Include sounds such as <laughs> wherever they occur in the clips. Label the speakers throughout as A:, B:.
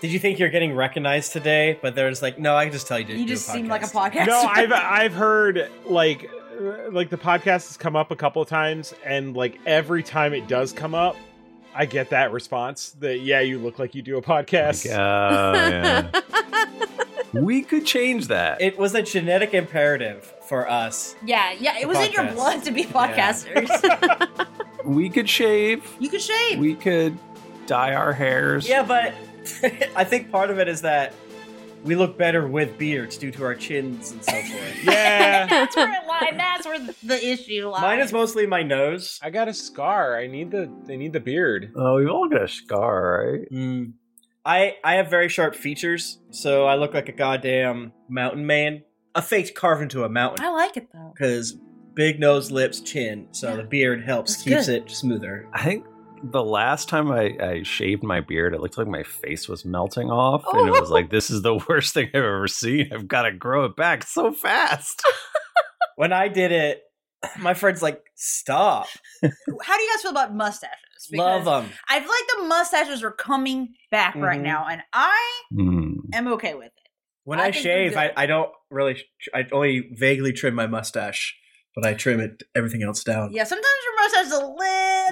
A: Did you think you're getting recognized today? But there's like, no, I can just tell you.
B: You just seem like a podcaster.
C: No, I've I've heard like uh, like the podcast has come up a couple of times, and like every time it does come up, I get that response that yeah, you look like you do a podcast.
D: Oh,
C: <laughs>
D: we could change that.
A: It was a genetic imperative for us.
B: yeah, yeah. It was in your
A: podcast.
B: blood to be podcasters.
A: <laughs>
D: we could shave.
B: you can
D: <laughs>
B: shave.
D: We could dye our hairs.
A: Yeah, but <laughs> I think part of it is that we look better with beards due to our chins and so forth.
B: <laughs>
C: yeah,
B: that's where it lies. That's where the issue lies.
A: Mine is mostly my nose.
C: I got a scar. I need the I need the beard.
D: Oh, we've all got a scar, right?
A: Mm. I I have very sharp features, so I look like a goddamn mountain man. A face carved into a mountain
B: I like it though.
A: because big nose, lips, chin. So
B: Yeah.
A: the beard helps
B: That's
A: keeps
B: good.
A: it smoother.
D: I think the last time I, I shaved my beard, it looked like my face was melting off. And it was like, this is the worst thing I've ever seen. I've got to grow it back so fast.
A: When I did it, <laughs> my friend's like, "Stop,
B: How do you guys feel about mustaches?
A: love
B: Because
A: them."
B: I feel like the mustaches are coming back right
A: Mhm.
B: now, and I
D: Hmm.
B: am okay with it.
A: When
B: I
A: I,
B: think
A: shave,
B: they're
A: I,
B: good.
A: I don't really. sh- I only vaguely trim my mustache, but I trim it everything else down.
B: Yeah, sometimes your mustache is a little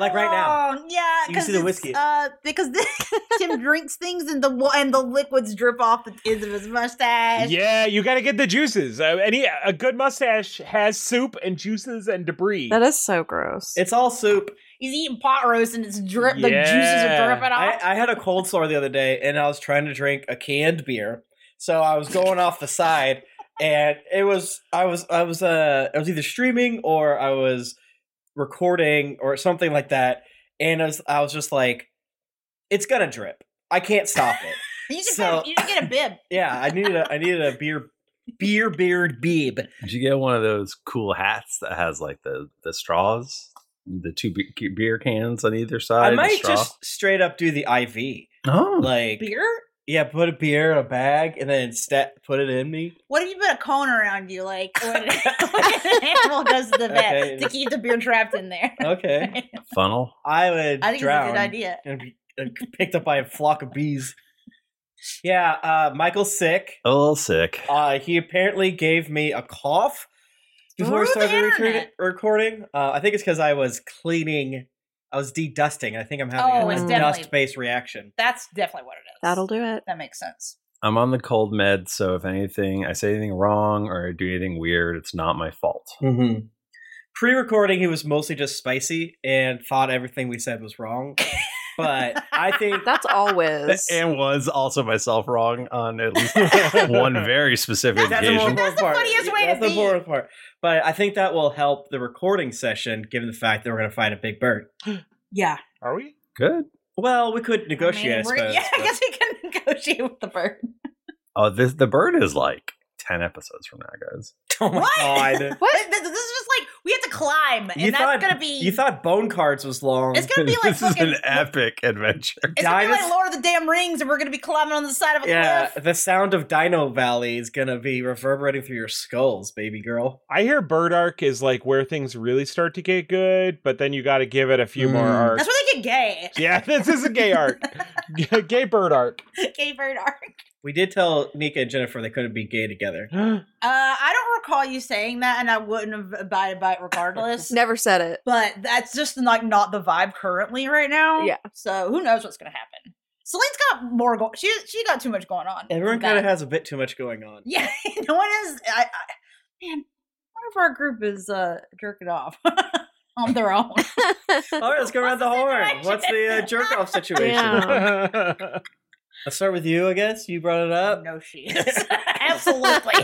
A: Like right now.
B: long. Yeah,
A: You can
B: 'cause
A: see the
B: it's,
A: whiskey.
B: Uh, because <laughs> Tim drinks things and the wa- and the liquids drip off the ends of his mustache.
C: Yeah, you got to get the juices. Uh, any a good mustache has soup and juices and debris.
E: That is so gross.
A: It's all soup.
B: He's eating pot roast and it's drip. The juices
C: Yeah.
B: are dripping off.
A: I, I had a cold sore the other day, and I was trying to drink a canned beer, so I was going off the side, and it was I was I was uh I was either streaming or I was recording or something like that, and I was I was just like, it's gonna drip. I can't stop it.
B: <laughs> you should
A: so-
B: have- you should
A: <laughs>
B: get a bib.
A: yeah, I needed a I needed a beer beer beard beeb.
D: Did you get one of those cool hats that has like the the straws, the two be- beer cans on either side?
A: I
D: the
A: might
D: straw?
A: just straight up do the IV.
D: oh,
A: Like
B: Beer?
A: Yeah, put a beer in a bag and then sta put it in me.
B: What if you put a cone around you, like when, <laughs> when an animal goes
A: <laughs>
B: to the vet
A: Okay,
B: to
A: just-
B: keep the beer trapped
A: <laughs>
B: in there?
A: Okay,
B: <laughs>
D: funnel.
A: I would
B: I think
A: drown
B: it's a good idea.
A: and be and picked up by a flock of bees. Yeah, uh, Michael's sick.
D: A little sick.
A: Uh, he apparently gave me a cough before we
B: Through the
A: started recording.
B: internet.
A: recording. Uh, I think it's because I was cleaning. I was de-dusting. I think I'm having
B: Oh,
A: a
E: it's
B: definitely-
A: dust-based reaction.
B: That's definitely what it is.
E: That'll do it.
B: That makes sense.
D: I'm on the cold med, so if anything, I say anything wrong or I do anything weird, it's not my fault.
A: Mm-hmm. Pre-recording, he was mostly just spicy and thought everything we said was wrong. But I think
E: <laughs> That's
A: <laughs>
E: always.
D: <laughs> And was also myself wrong on at least <laughs>
A: <laughs>
D: one very specific
A: That's the more
D: occasion.
A: important
B: the
A: part.
B: funniest way to
A: That's the
B: be.
A: important part. But I think that will help the recording session, given the fact that we're going to find a big bird.
B: <gasps> Yeah.
C: Are we?
D: Good.
A: Well, we could negotiate, I,
B: mean, we're-
A: suppose.
B: yeah, I
A: but-
B: guess we can <laughs> negotiate with the bird.
D: Oh, this, the bird is like ten episodes from now, guys.
A: <laughs> oh my
B: What?
A: god!
B: <laughs> What? This, this is just like we have to climb, and
A: you
B: that's
A: thought
B: gonna be.
A: you thought bone cards was long.
B: It's
A: <laughs>
B: gonna be like
D: this is
B: fucking.
D: an epic adventure.
B: it's gonna be like
A: dinos-
B: Lord of the Damn Rings, and we're gonna be climbing on the side of a
A: yeah,
B: cliff.
A: the sound of Dino Valley is gonna be reverberating through your
B: <laughs>
A: skulls, baby girl.
C: I hear Bird Arc is like where things really start to get good, but then you got to give it a few more
A: Mm.
C: arcs.
B: That's where they get gay. <laughs>
C: <laughs> yeah, this is a gay arc, <laughs> gay Bird Arc.
B: Gay bird arc.
A: We did tell Nika and Jennifer they couldn't be gay
B: <gasps>
A: together.
B: Uh, I don't recall you saying that, and I wouldn't have abided by it
E: <laughs>
B: regardless.
E: Never said it.
B: but that's just like not the vibe currently right now.
E: Yeah.
B: So who knows what's gonna happen? Celine's got more. Go- she she got too much going on.
A: Everyone
B: That-
A: kind of has a bit too much going on.
B: Yeah, <laughs> no one is. I, I, man, one of our group is uh jerking off <laughs> on their
A: <laughs>
B: own.
A: All right, let's go around the
B: What's the
A: horn. What's the uh,
B: situation?
A: jerk off situation?
E: Yeah.
C: <laughs>
A: Let's start with you, I guess. You brought it up.
B: no, Oh, she is <laughs> absolutely.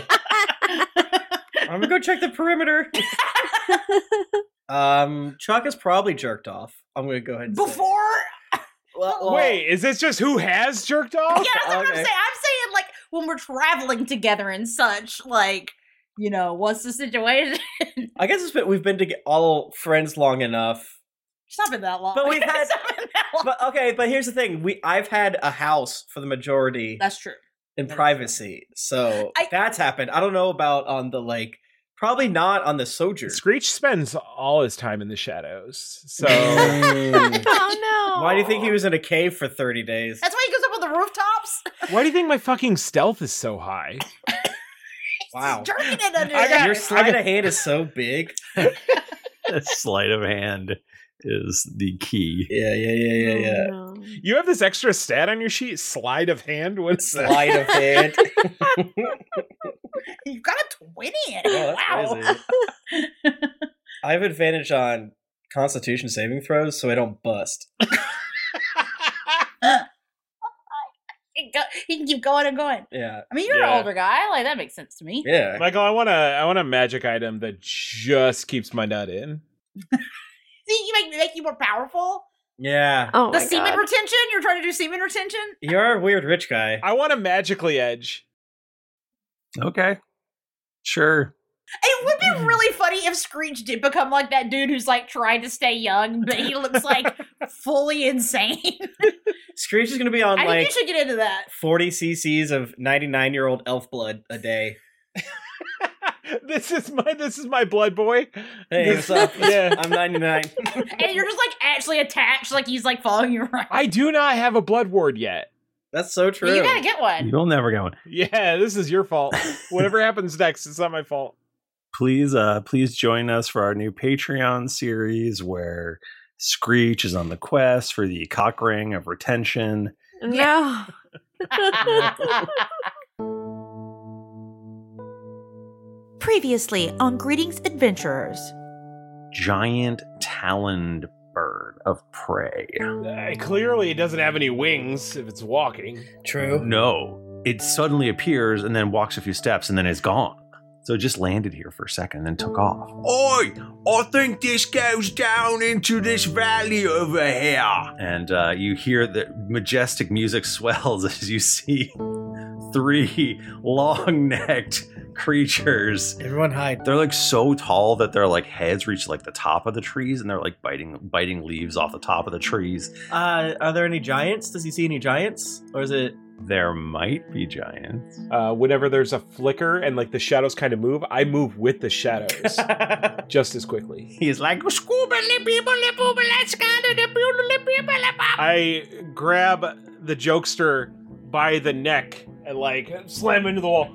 A: I'm gonna go check the
B: <laughs>
A: perimeter. um, Chuck is probably jerked off. I'm gonna go ahead and say it.
B: Before <laughs>
A: Well, well,
C: Wait, is this just who has jerked
A: <laughs>
C: off?
B: yeah, that's what
A: okay.
B: I'm saying. I'm saying like when we're traveling together and such, like you know, what's the situation? <laughs>
A: I guess it's been, we've been to all friends long
B: <laughs>
A: enough.
B: it's not been that long.
A: But we've had-
B: <laughs> It's not been that long.
A: But okay, but here's the thing: we I've had a house for the <laughs> majority
B: That's true.
A: in privacy, so
B: I-
A: that's happened. I don't know about on the like, probably not on the sojourn.
C: Screech spends all his time in the shadows. So
B: <laughs> Mm.
C: <laughs>
E: Oh no.
A: Why do you think he was in a cave for thirty days?
B: That's why he goes up on the rooftops.
C: why do you think my fucking stealth is so high?
B: <laughs>
A: Wow,
B: jerking it under
C: I got-
B: there.
A: your
C: I
A: sleight
C: got-
A: of hand is so
D: <laughs>
A: big.
D: Sleight of hand is the key.
A: Yeah, yeah, yeah, yeah, yeah.
E: Oh, no.
C: You have this extra stat on your sheet, slide of hand. What's that?
A: Sleight of
C: <laughs>
A: hand.
B: You've got a twenty <laughs> in it.
A: Oh, that's
B: wow.
A: crazy. I have advantage on Constitution saving throws, so I don't bust.
B: <laughs> He, go- he can keep going and going.
A: Yeah,
B: I mean, you're
C: Yeah.
B: an older guy. Like that makes sense to me.
A: yeah.
C: Michael, I want a I want a magic item that just keeps my nut in.
B: See, you make make you more powerful.
A: Yeah.
E: Oh
B: the
E: my
B: semen
E: God.
B: retention. You're trying to do semen retention.
A: You're a weird rich guy.
C: I want a magically edge.
D: Okay. Sure.
B: It
A: <laughs>
B: would be really funny if Screech did become like that dude who's like trying to stay young, but he
A: <laughs>
B: looks like fully insane.
A: Screech is gonna be on
B: I think
A: like
B: you should get into that.
A: 40 cc's of 99 year old elf blood a day.
C: <laughs> this is my this is my blood boy.
A: Hey, what's up?
C: <laughs> Yeah.
A: I'm 99.
B: And you're just like actually attached, like he's like following you around.
C: <laughs> I do not have a blood ward yet.
A: That's so
B: Well,
A: true.
B: You gotta get one.
D: You'll never get one.
C: Yeah, this is your fault. Whatever <laughs> happens next, it's not my fault.
D: please uh please join us for our new patreon series where screech is on the quest for the cock ring of retention
E: No.
F: Previously on Greetings Adventurers.
D: giant taloned bird of prey
C: Uh, clearly, it doesn't have any wings if it's walking.
A: true.
D: no it suddenly appears and then walks a few steps and then is gone so it just landed here for a second and then
E: Oh.
D: took off oi i think this goes down into this valley over <laughs> here and uh, you hear the majestic music swells <laughs> as you see three long-necked creatures
A: Everyone hide.
D: they're like so tall that their like heads reach like the top of the trees and they're like biting biting leaves off the top of the trees
A: Uh, are there any giants? Does he see any giants? Or is it.
D: there might be giants
C: Uh, whenever there's a flicker and like the shadows kind of move, I move with the
A: <laughs>
C: shadows just as quickly.
D: he's like
C: I grab the jokester by the neck and like slam into the wall.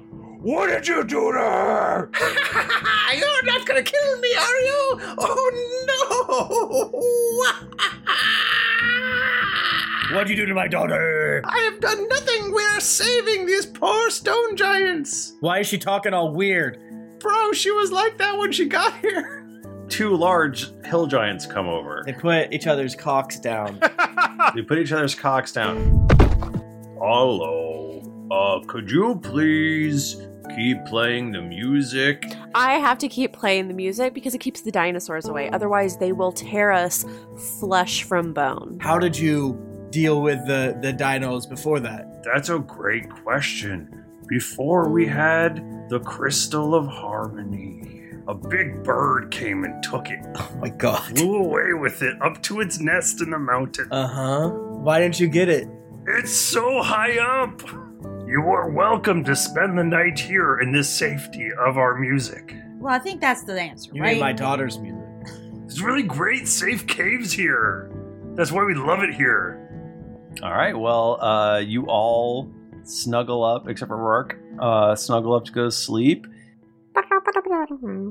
C: What did you do to her?
D: you're not gonna kill me are you oh
A: What'd you do to my daughter?
D: no <laughs> i have done nothing we're saving these poor stone giants
A: Why is she talking all weird?
D: bro she was like that when she got here two large hill giants come over
A: They put each other's cocks
D: <laughs>
A: down.
D: We put each other's cocks down. Hello. Uh, could you please keep playing the music?
E: I have to keep playing the music because it keeps the dinosaurs away. Otherwise, they will tear us flesh from bone.
A: How did you deal with the, the dinos before that?
D: That's a great question. Before we had the Crystal of Harmony, a big bird came and took it,
A: <laughs> Oh my god.
D: flew away with it up to its nest in the mountain.
A: Uh huh. Why didn't you get it?
D: It's so high up! You are welcome to spend the night here in the safety of our music.
B: Well, I think that's the answer,
A: You
B: right?
A: made my daughter's music.
D: There's really great safe caves here. That's why we love it here. All right. Well, uh, you all snuggle up, except for Rourke, uh, snuggle up to go to sleep.
G: Mm-hmm.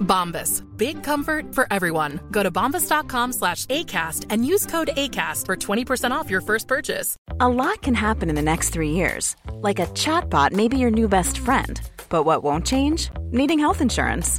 H: Bombas. Big comfort for everyone. Go to bombas.com slash ACAST and use code ACAST for 20% off your first purchase.
I: A lot can happen in the next three years. Like a chatbot may be your new best friend. But what won't change? Needing health insurance.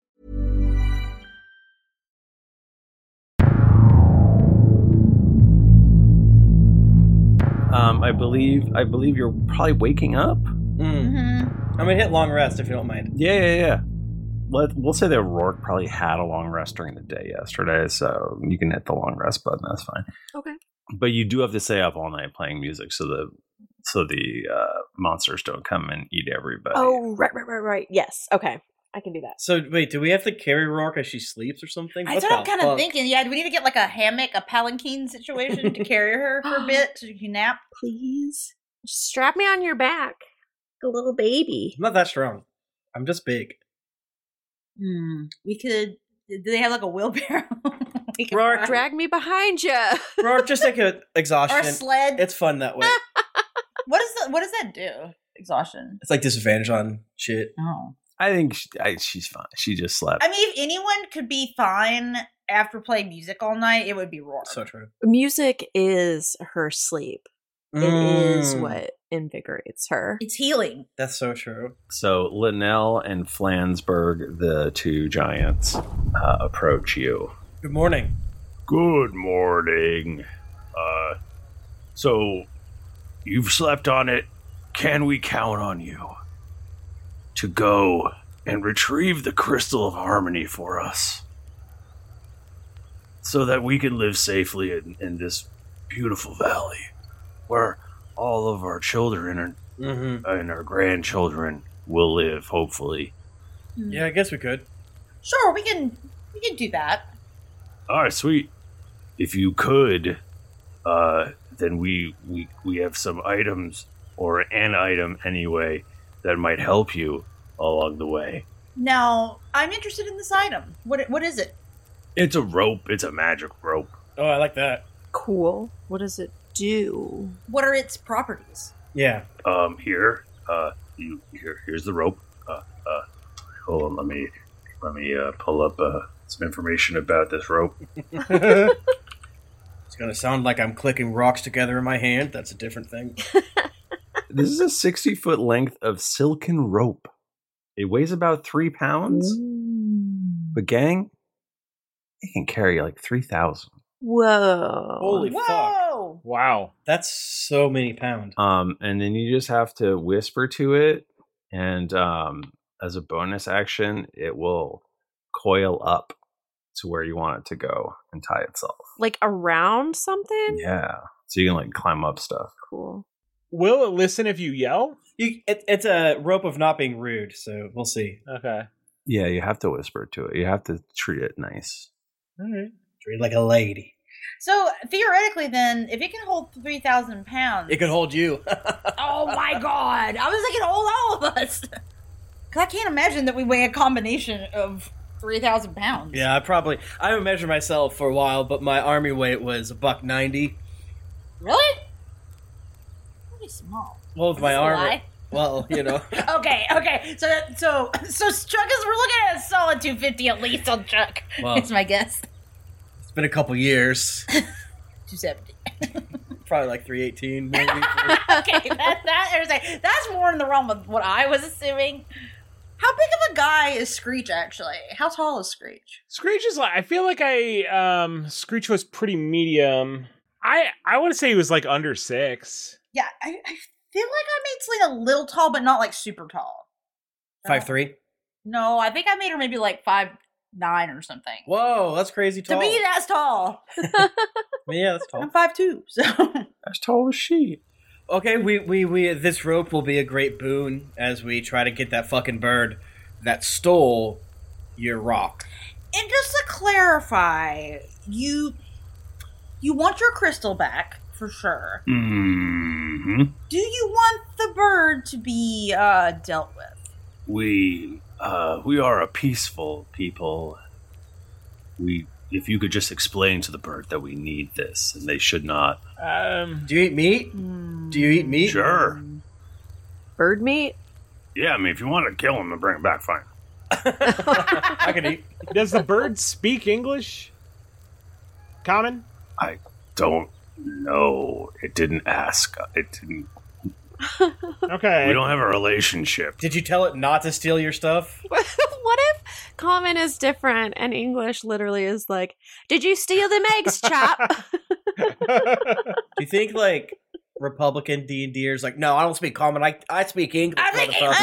D: Um, I believe I believe you're probably waking up.
A: Mm.
C: Mm-hmm.
A: I'm gonna hit long rest if you don't mind.
D: Yeah, yeah, yeah. Let we'll say that Rourke probably had a long rest during the day yesterday, so you can hit the long rest button. That's fine.
E: Okay.
D: But you do have to stay up all night playing music, so the so the uh, monsters don't come and eat everybody.
E: Oh, right, right, right, right. Yes. Okay. I can do that.
A: So wait, do we have to carry Rourke as she sleeps or something?
B: That's what I'm kind of thinking. Yeah, do we need to get like a hammock, a palanquin situation to carry her for
E: <gasps>
B: a bit so she can nap?
E: Please. Strap me on your back. Like a little baby.
A: I'm not that strong. I'm just big.
B: Hmm. We could. Do they have like a wheelbarrow? <laughs> We could
A: Rourke,
B: borrow-
E: Drag me behind you. <laughs>
A: Rourke, just
C: <laughs>
A: take a
B: or a
A: exhaustion.
B: sled.
A: It's fun that
C: Ah.
A: way.
B: what does that? What does that do? Exhaustion.
A: It's like disadvantage on shit.
B: Oh.
D: I think she, I, she's fine. She just slept.
B: I mean, if anyone could be fine after playing music all night, it would be Rourke.
A: So true.
E: Music is her sleep. It is what invigorates her.
B: It's healing.
A: That's so true.
D: So Linnell and Flansburg, the two giants, uh, approach you.
A: Good morning.
J: Good morning. Uh, so you've slept on it. Can we count on you to go and retrieve the crystal of harmony for us, so that we can live safely in, in this beautiful valley, where all of our children and,
A: Mm-hmm.
J: and our grandchildren will live, hopefully.
A: Yeah, I guess
C: <laughs>
A: we could.
B: Sure, we can. We can do that.
J: All right, sweet. If you could, uh, then we we we have some items or an item anyway that might help you along the way.
B: Now, I'm interested in this item. What? What is it?
J: It's a rope. It's a magic rope.
A: Oh, I like that.
E: Cool. What does it do?
B: What are its properties?
A: Yeah.
J: Um, here, uh, you here. Here's the rope. Uh, uh, hold on. Let me let me uh, pull up uh, some information about this rope.
A: it's gonna sound like I'm clicking rocks together in my hand. That's a different thing.
D: This is a 60 foot length of silken rope. It weighs about three pounds, but gang, it can carry like 3,000.
E: Whoa.
A: Holy fuck!
B: Whoa!
C: Wow.
A: That's so many pound.
D: Um, and then you just have to whisper to it, and um, as a bonus action, it will coil up to where you want it to go and tie itself.
E: Like around something?
D: Yeah. So you can like climb up stuff.
E: Cool.
C: <laughs> Will it listen if you yell?
A: You, it, it's a rope of not being rude, so we'll see.
C: Okay.
D: Yeah, you have to whisper to it. You have to treat it nice.
C: All right.
A: Treat it like a lady.
B: So theoretically, then, if it can hold three thousand pounds,
A: It could hold you.
B: Oh my god! I was like, it hold all of us. <laughs> Cause I can't imagine that we weigh a combination of three thousand pounds.
A: Yeah, I probably. I haven't measured myself for a while, but my army weight was a buck ninety.
B: Really? Pretty small.
A: Well, with my
B: Is this a
A: armor,
B: lie?
A: Well, you
B: <laughs>
A: know.
B: Okay, okay. So so so Chuck is we're looking at a solid 250 at least on Chuck.
A: Wow.
B: It's my guess.
A: It's been a couple years.
B: 270.
A: Probably like 318, maybe.
B: <laughs> okay, that that is like, that's more in the realm of what I was assuming. How big of a guy is Screech actually? How tall is Screech?
C: Screech is like I feel like I um Screech was pretty medium. I I want to say he was like under six.
B: Yeah, I, I feel like I made Selena a little tall, but not like super tall.
A: Five three.
B: No, I think I made her maybe like five nine or something.
A: Whoa, that's crazy tall.
B: To be that's tall.
A: yeah, that's tall.
B: I'm five two, so
A: As tall as she. Okay, we, we, we this rope will be a great boon as we try to get that fucking bird that stole your rock.
B: And just to clarify, you you want your crystal back for sure.
J: Mm-hmm.
B: Do you want the bird to be uh, dealt with?
J: We uh, we are a peaceful people. We if you could just explain to the bird that we need this and they should not.
C: Um,
A: Do you eat meat? Do you eat meat?
J: Sure.
E: Bird meat?
J: Yeah, I mean if you want to kill him and bring him back, fine.
C: I can eat. Does the bird speak English? Common?
J: I don't know. It didn't ask. It didn't.
C: Okay.
J: We don't have a relationship.
A: Did you tell it not to steal your stuff?
E: what if common is different and English literally is like, Did you steal them eggs,
A: <laughs>
E: chap?
A: Do you think like Republican D and Ders like, no, I don't speak common. I I speak English, motherfucker. <laughs>
D: <laughs>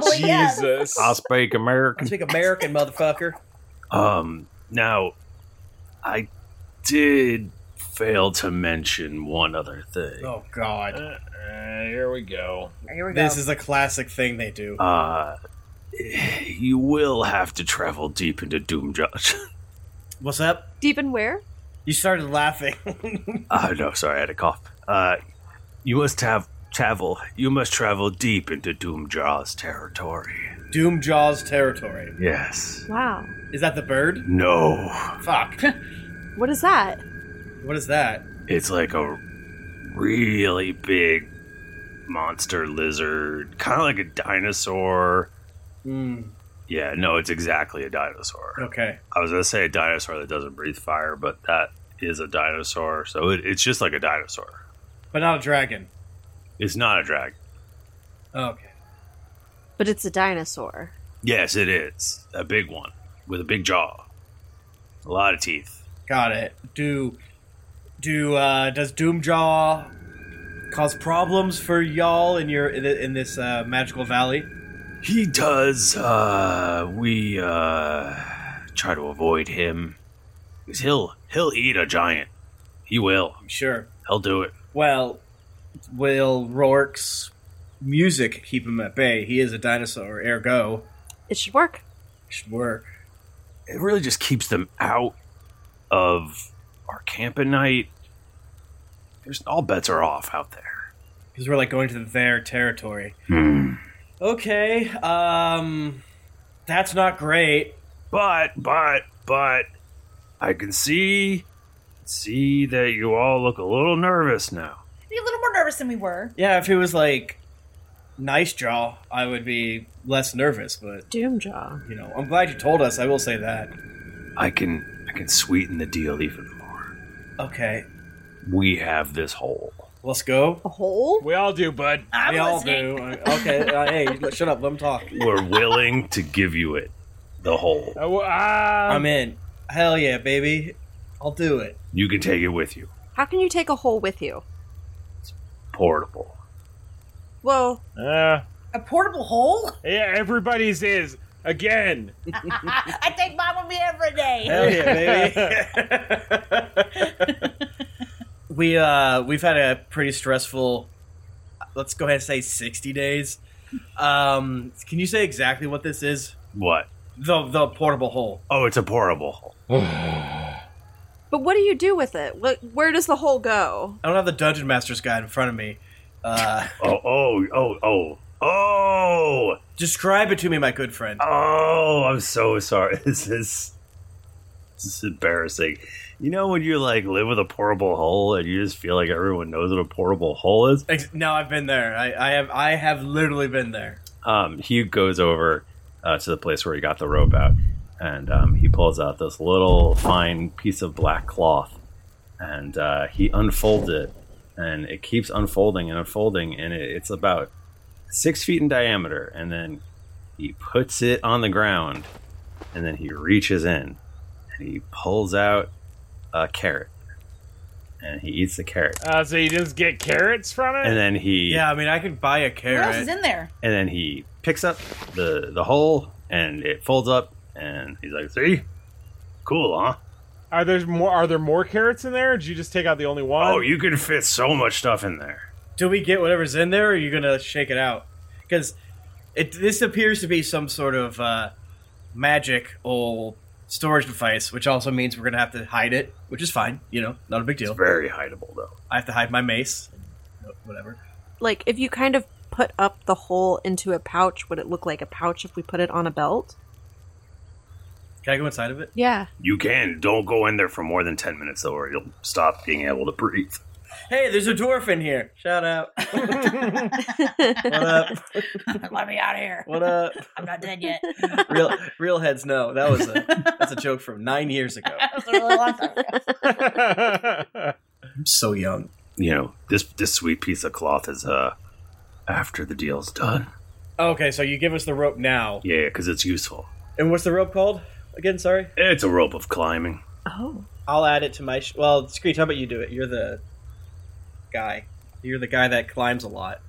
C: Oh Jesus!
J: I speak
A: I
J: American.
A: speak American, motherfucker.
J: Um, now, I did fail to mention one other thing.
A: Oh God.
C: Uh, here we go.
B: Here we
A: This is a classic thing they do.
J: Uh, you will have to travel deep into Doom Judge. <laughs>
A: What's up?
E: Deep in where?
A: You started laughing. <laughs>
J: Oh no, sorry, I had a cough. Uh, you must have travel. You must travel deep into Doomjaw's territory.
A: Doomjaw's territory.
J: Yes.
E: Wow.
A: Is that the bird?
J: No.
A: Fuck.
E: What is that?
A: What is that?
J: It's like a really big monster lizard, kind of like a dinosaur.
A: Mm,
J: Yeah, no, it's exactly a dinosaur.
A: okay.
J: I was gonna say a dinosaur that doesn't breathe fire, but that is a dinosaur, so it, it's just like a dinosaur.
A: But not a dragon.
J: It's not a dragon.
A: Okay.
E: But it's a dinosaur.
J: Yes, it is a big one with a big jaw, a lot of teeth.
A: Got it. Do do uh does Doomjaw cause problems for y'all in your in, in this uh, magical valley?
J: He does. Uh, we uh, try to avoid him because he'll he'll eat a giant. He will.
A: Sure.
J: He'll do it.
A: Well, will Rourke's music keep him at bay? He is a dinosaur, ergo
E: It should work.
A: should work.
J: It really just keeps them out of our camp at night. There's all bets are off out there.
A: Because we're like going to their territory. Okay, um, that's not great.
J: But but but I can see see that you all look a little nervous now.
B: Be a little more nervous than we <laughs> were.
A: Yeah, if it was like nice jaw, I would be less nervous. But
E: Doomjaw.
A: you know, I'm glad you told us. I will say that.
J: I can I can sweeten the deal even more.
A: Okay,
J: We have this hole.
A: let's go.
E: A hole?
C: We all do, bud.
B: I'm
A: we all
B: listening.
A: do. Okay, uh, hey, l- shut up. Let him talk.
J: We're willing to give you it. The hole.
C: Uh, well, ah,
A: I'm in. Hell yeah, baby. I'll do it.
J: You can take it with you.
E: How can you take a hole with you?
J: Portable.
E: Well,
C: uh,
B: A portable hole?
C: yeah, everybody's is
B: <laughs>
C: again.
B: I take mine with me every day.
A: Hell yeah, baby. we uh we've had a pretty stressful let's go ahead and say 60 days. Um can you say exactly what this is?
J: What?
A: The the portable hole.
J: Oh, it's a portable hole.
E: but what do you do with it? What, where does the hole go?
A: I don't have the dungeon master's guide in front of me. Uh
J: Oh, oh, oh, oh, oh,
A: describe it to me, my good friend.
J: <laughs> oh! I'm so sorry. This is It's embarrassing. You know when you like live with a portable hole and you just feel like everyone knows what a portable hole is?
A: Ex- No, I've been there. I, I have I have literally been there.
J: um, Hugh goes over uh, to the place where he got the rope out, and um, he pulls out this little fine piece of black cloth, and uh, he unfolds it, and it keeps unfolding and unfolding, and it, it's about six feet in diameter, and then he puts it on the ground, and then he reaches in, and he pulls out a carrot, and he eats the carrot,
C: <laughs> Uh, so you just get carrots from it?
J: and then he
A: I mean, I could buy a carrot.
B: What else is in there?
J: and then he picks up the the hole and it folds up and he's like see cool huh
C: Are there more? Are there more carrots in there? Or did you just take out the only one?
J: oh you can fit so much stuff in there
A: Do we get whatever's in there, or are you gonna shake it out? Because it this appears to be some sort of uh, magic or storage device, which also means we're gonna have to hide it, which is fine. You know, not a big deal.
J: very hideable though
A: I have to hide my mace, and whatever.
E: Like, if you kind of put up the hole into a pouch, would it look like a pouch if we put it on a belt?
A: Can I go inside of it?
E: Yeah.
J: you can don't go in there for more than 10 minutes though or you'll stop being able to breathe
A: Hey, there's a dwarf in here. Shout out. what up?
B: <laughs> Let me out of here.
A: What
B: <laughs>
A: up?
B: I'm not
A: <laughs>
B: dead yet.
A: Real real heads know that was a that's a joke from nine years ago.
B: <laughs> That was a really long time.
A: I'm so young.
J: you know this this sweet piece of cloth is uh after the deal's done
A: <laughs> Okay, so you give us the rope now.
J: yeah because it's useful
A: And what's the rope called again? Sorry.
J: it's a rope of climbing
E: Oh.
A: I'll add it to my. Sh- well, Screech, how about you do it? You're the guy. You're the guy that climbs a lot.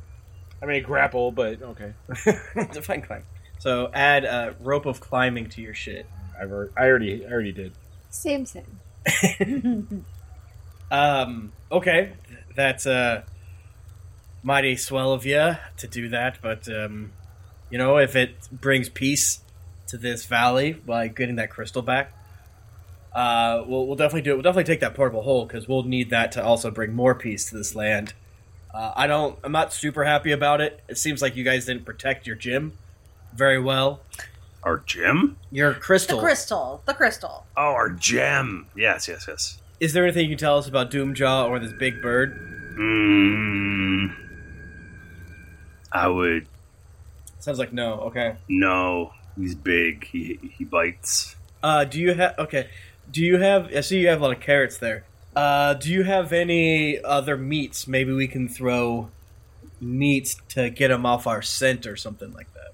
C: I mean, grapple, but okay.
A: <laughs> Define climb. So add a rope of climbing to your shit.
C: I've already, I already, I already did.
K: Same, same.
A: Um. Okay, that's uh, mighty swell of you to do that, but um, you know, if it brings peace to this valley by getting that crystal back, uh, we'll, we'll definitely do it. We'll definitely take that portable hole because we'll need that to also bring more peace to this land. Uh, I don't. I'm not super happy about it. It seems like you guys didn't protect your gym very well.
J: Our gym?
A: Your crystal.
B: The crystal. The crystal.
J: oh our gem yes yes yes
A: Is there anything you can tell us about Doomjaw or this big bird?
J: Mm, I would
A: Sounds like no. Okay.
J: no. He's big. He he bites.
A: Uh, do you have okay? Do you have? I see you have a lot of carrots there. Uh, do you have any other meats? Maybe we can throw meats to get him off our scent or something like that.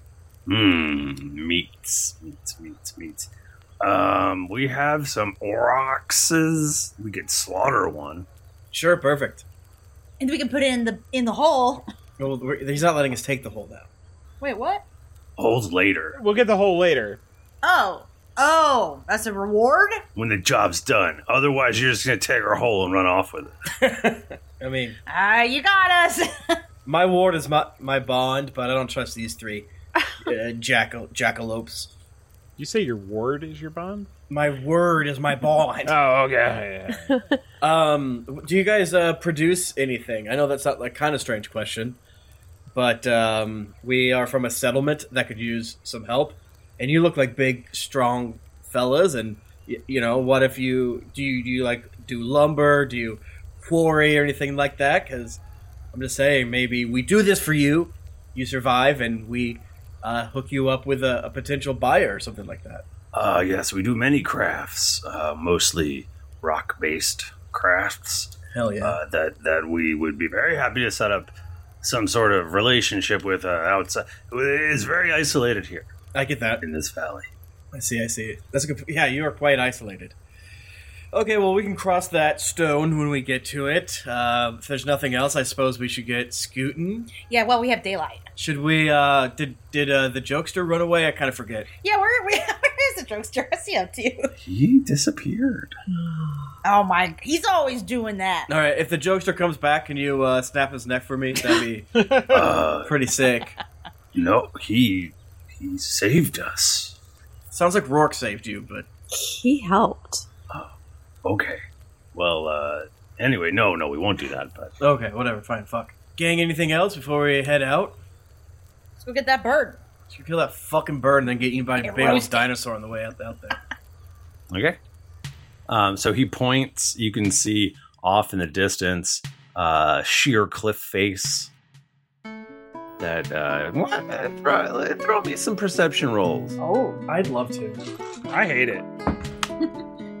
J: Mm, meats, meats, meats, meats. Um, we have some oroxes. We could slaughter one.
A: Sure, perfect.
B: And we can put it in the in the hole.
A: Well, we're- he's not letting us take the hole now.
B: Wait, what?
J: Holes later
C: We'll get the hole later.
B: Oh. Oh, that's a reward?
J: when the job's done. Otherwise, you're just gonna take our hole and run off with it.
A: I mean,
B: Ah, you got us. <laughs>
A: my ward is my my bond, but I don't trust these three uh, jackal jackalopes.
C: You say your ward is your bond?
A: My word is my bond.
C: Oh, okay.
A: Um, do you guys uh, produce anything? I know that's not like kind of strange question, but um, we are from a settlement that could use some help, and you look like big, strong fellas. And y- you know, what if you do? You, do you like do lumber? Do you quarry or anything like that? Because I'm just saying, maybe we do this for you. You survive, and we uh, hook you up with a, a potential buyer or something like that.
J: Uh, yes, we do many crafts, uh, mostly rock-based crafts.
A: Hell yeah.
J: Uh, that that we would be very happy to set up some sort of relationship with uh, outside. It's very isolated
A: <laughs>
J: here
A: I get that
J: in this valley.
A: I see. I see. That's a good. Yeah, you are quite isolated. Okay, well, we can cross that stone when we get to it. Uh, if there's nothing else, I suppose we should get scootin'.
B: yeah, well, we have daylight.
A: Should we? Uh, did did uh, the jokester run away? I kind of forget.
B: Yeah, where, where, <laughs> where is the jokester? I see him too.
J: He disappeared.
B: Oh my, he's always doing that.
A: All right, if the jokester comes back, can you uh, snap his neck for me? That'd
J: <laughs>
A: be pretty sick.
J: Uh, No, he he saved us.
A: Sounds like Rourke saved you, but
E: He helped.
J: Okay. Well, uh, anyway, no, no, we won't do that. But
A: okay, whatever. Fine, fuck. Gang, anything else before we head out?
B: Let's go get that bird.
A: Should we kill that fucking bird and then get eaten by a
B: Get
A: big old
B: roasted.
A: dinosaur on the way out, out there?
J: okay,
D: Um, so he points. You can see off in the distance uh, sheer cliff face. That uh, what? Throw, throw me some perception rolls.
A: Oh, I'd love to.
C: I hate it.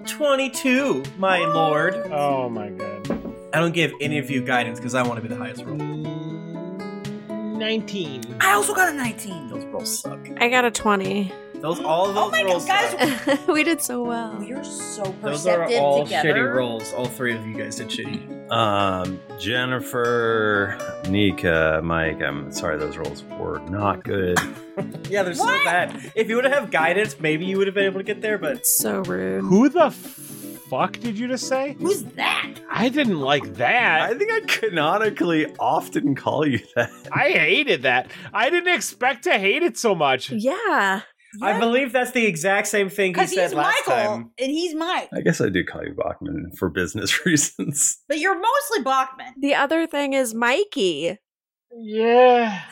A: 22, my lord.
C: Oh my god.
A: I don't give any of you guidance because I want to be the highest roll.
C: 19.
F: I also got a 19.
A: Those rolls suck.
E: I got a 20.
A: Those all of
B: Oh
A: those rolls suck.
E: <laughs> we did so well.
B: We are so
A: Those are all shitty rolls. All three of you guys did shitty.
D: Um, Jennifer, Nika, Mike. I'm sorry, those rolls were not good.
A: Yeah, they're so bad. If you would have guidance, maybe you would have been able to get there, but
E: so rude.
C: Who the fuck did you just say?
B: Who's that?
C: I didn't like that.
D: I think I canonically often call you that.
C: I hated that. I didn't expect to hate it so much.
E: Yeah.
A: I believe that's the exact same thing he
B: Because
A: said
B: he's Michael
A: last time.
B: and he's Mike,
D: I guess I do call you Bachman for business <laughs> reasons.
B: but you're mostly Bachman.
E: The other thing is Mikey.
C: Yeah.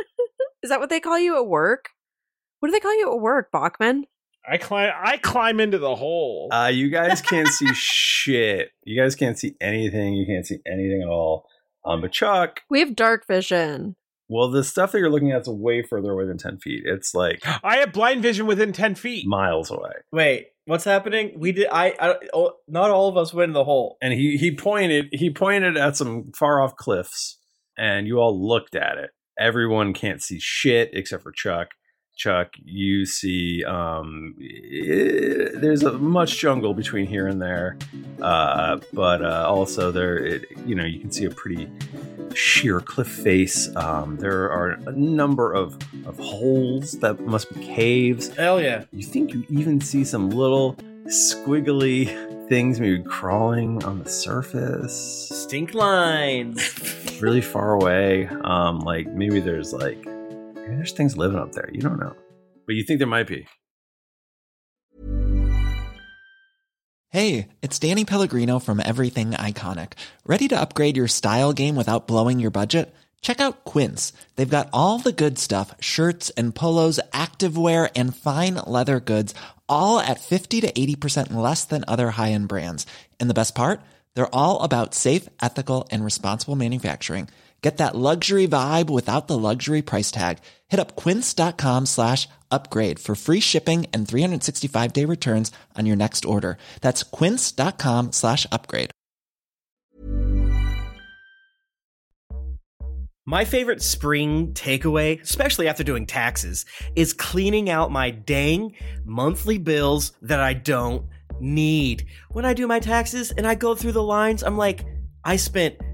E: <laughs> is that what they call you at work? What do they call you at work, Bachman?
C: I climb. I climb into the hole.
D: Uh, you guys can't see shit. You guys can't see anything. You can't see anything at all. Um, but Chuck,
E: We have dark vision.
D: well, the stuff that you're looking at is way further away than ten feet. It's like
C: <gasps> I have blind vision within ten feet.
D: miles away.
A: Wait, what's happening? We did. I, I. oh, Not all of us went in the hole.
D: And he he pointed he pointed at some far off cliffs, and you all looked at it. Everyone can't see shit except for Chuck. Chuck, you see, um, eh, there's a much jungle between here and there, uh, but uh, also there, it, you know, you can see a pretty sheer cliff face. Um, there are a number of of holes that must be caves.
A: Hell yeah.
D: You think you even see some little squiggly things maybe crawling on the surface
A: Stink lines.
D: really far away. Um, like maybe there's like maybe there's things living up there. You don't know. But you think there might be.
K: Hey, it's Danny Pellegrino from Everything Iconic. Ready to upgrade your style game without blowing your budget? Check out Quince. They've got all the good stuff shirts and polos, activewear, and fine leather goods, all at 50 to 80% less than other high end brands. And the best part? They're all about safe, ethical, and responsible manufacturing. Get that luxury vibe without the luxury price tag. Hit up quince.com slash upgrade for free shipping and 365 day returns on your next order. That's quince.com slash upgrade.
A: My favorite spring takeaway, especially after doing taxes, is cleaning out my dang monthly bills that I don't need. When I do my taxes and I go through the lines, I'm like, I spent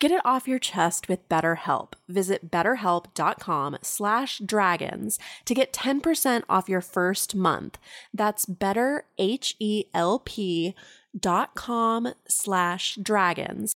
E: Get it off your chest with BetterHelp. Visit betterhelp.com slash dragons to get 10% off your first month. That's betterhelp.com slash dragons.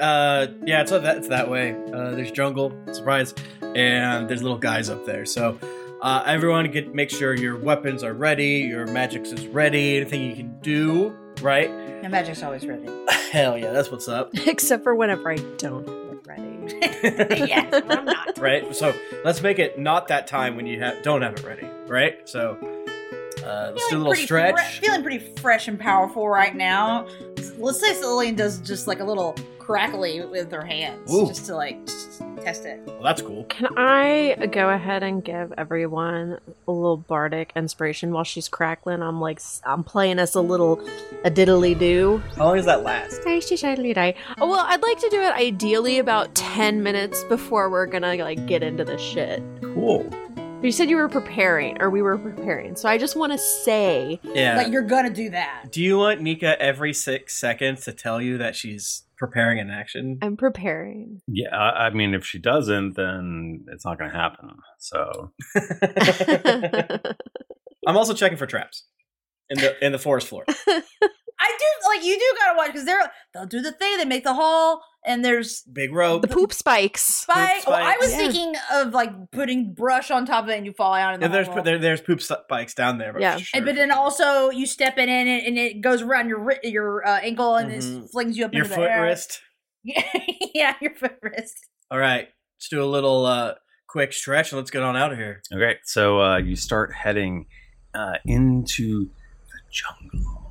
A: Uh, yeah, it's that it's that way. Uh, there's jungle surprise, and there's little guys up there. So, uh, everyone get make sure your weapons are ready, your magics is ready, anything you can do right.
B: The magic's always ready.
A: <laughs> Hell yeah, that's what's up,
E: <laughs> Except for whenever I don't look ready.
B: yes, I'm
A: <laughs>
B: not.
A: right? So let's make it not that time when you ha- don't have it ready, right? So uh, let's do a little
B: Pretty fre-
A: stretch.
B: feeling pretty fresh and powerful right now. Let's say Celine does just like a little crackly with her hands,
A: Ooh.
B: just to like just test it.
A: well, Oh, that's cool.
E: Can I go ahead and give everyone a little bardic inspiration while she's crackling? I'm like, s- I'm playing us a little a diddly do.
A: How long does that last?
E: Hey, she shiny die. Oh, well, I'd like to do it ideally about 10 minutes before we're gonna like get into the shit.
A: Cool.
E: You said you were preparing, or we were preparing, so I just want to say
A: Yeah.
B: Like you're gonna do that.
A: Do you want Nika every six seconds to tell you that she's preparing an action?
E: I'm preparing.
D: Yeah, I I mean, if she doesn't, then it's not going to happen. So
A: I'm also checking for traps in the in the forest floor.
B: I do like you do gotta watch because they're they'll do the thing they make the hole and there's
A: Big rope.
E: The poop spikes.
B: spike. Oh, I was
E: Yeah.
B: thinking of like putting brush on top of it and you fall out in the
A: Yeah, there's
B: hole.
A: there, there's poop spikes down there. But
B: yeah,
A: sure.
B: And- but then also you step in and it, and it goes around your ri- your uh, ankle and
A: Mhm.
B: it flings you up
A: your
B: into
A: foot
B: the air.
A: wrist.
B: <laughs> yeah, your foot wrist.
A: All right, let's do a little uh, quick stretch and let's get on out of here.
D: Okay, so uh, you start heading uh, into the jungle.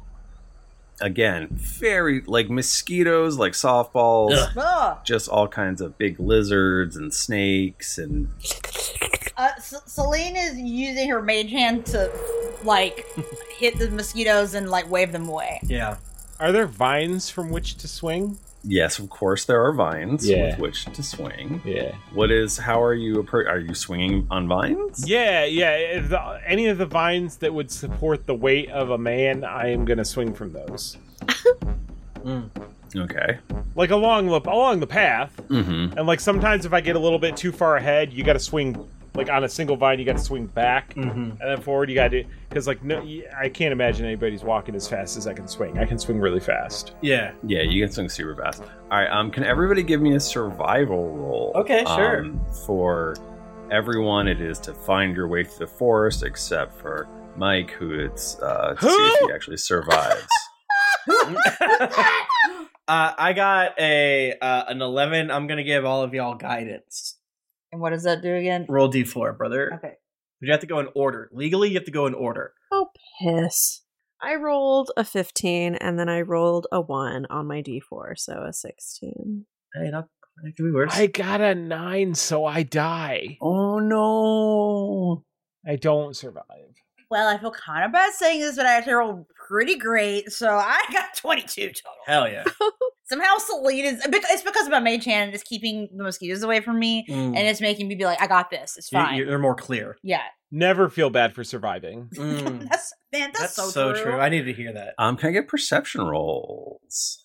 D: Again, very like mosquitoes, like softballs,
B: Ugh. Ugh.
D: just all kinds of big lizards and snakes and
B: Uh, C- Celine is using her mage hand to like hit the mosquitoes and like wave them away.
A: Yeah.
J: Are there vines from which to swing?
D: yes, of course there are vines
J: Yeah.
D: with which to swing.
J: Yeah.
D: What is? How are you? Appro- are you swinging on vines?
J: Yeah, yeah. if the- any of the vines that would support the weight of a man, I am gonna swing from those.
A: Mm.
D: Okay.
J: Like along the along the path,
D: Mm-hmm.
J: and like sometimes if I get a little bit too far ahead, you got to swing like on a single vine, you got to swing back,
A: Hmm. Oh,
J: and then forward you got to because like no, I can't imagine anybody's walking as fast as I can swing. I can swing really fast.
A: Yeah.
D: Yeah, you can swing super fast. All right. Um, can everybody give me a survival roll?
A: Okay, sure.
D: Um, for everyone, it is to find your way through the forest, except for Mike, who it's uh, to see if he actually survives. <laughs>
A: Uh, I got a uh, an eleven. I'm gonna give all of y'all guidance.
L: And what does that do again?
A: Roll d4, brother.
L: Okay.
A: But you have to go in order. Legally, you have to go in order.
E: Oh, piss. I rolled a 15 and then I rolled a 1 on my d4, so a 16.
A: Hey, not, it could be worse.
C: I got a nine, so I die.
D: Oh no!
C: I don't survive.
B: Well, I feel kind of bad saying this, but I actually rolled pretty great, so I <laughs> got 22 total.
A: Hell yeah.
B: Somehow Celine is, bec- it's because my mage hand is keeping the mosquitoes away from me,
C: Mm.
B: and it's making me be like, I got this, it's fine.
C: You're more clear.
B: yeah.
C: Never feel bad for surviving.
B: That's, man, that's, so, true.
A: I need to hear that.
D: Um, can I get perception rolls?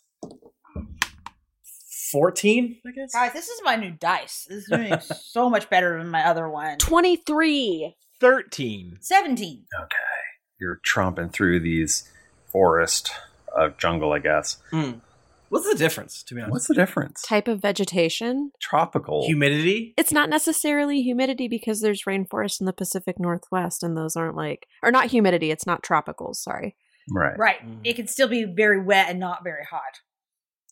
A: 14? I guess.
B: Guys, this is my new dice. This is
A: <laughs>
B: doing so much better than my other one.
E: 23.
C: 13.
B: 17.
D: You're tromping through these forest of jungle, I guess.
A: What's the Hmm, difference, to be honest?
D: What's the difference?
E: Type of vegetation?
D: Tropical
A: humidity.
E: It's not necessarily humidity because there's rainforest in the Pacific Northwest and those aren't like, or not humidity, it's not tropicals, sorry.
D: Right.
B: Right.
A: Mm.
B: It can still be very wet and not very hot.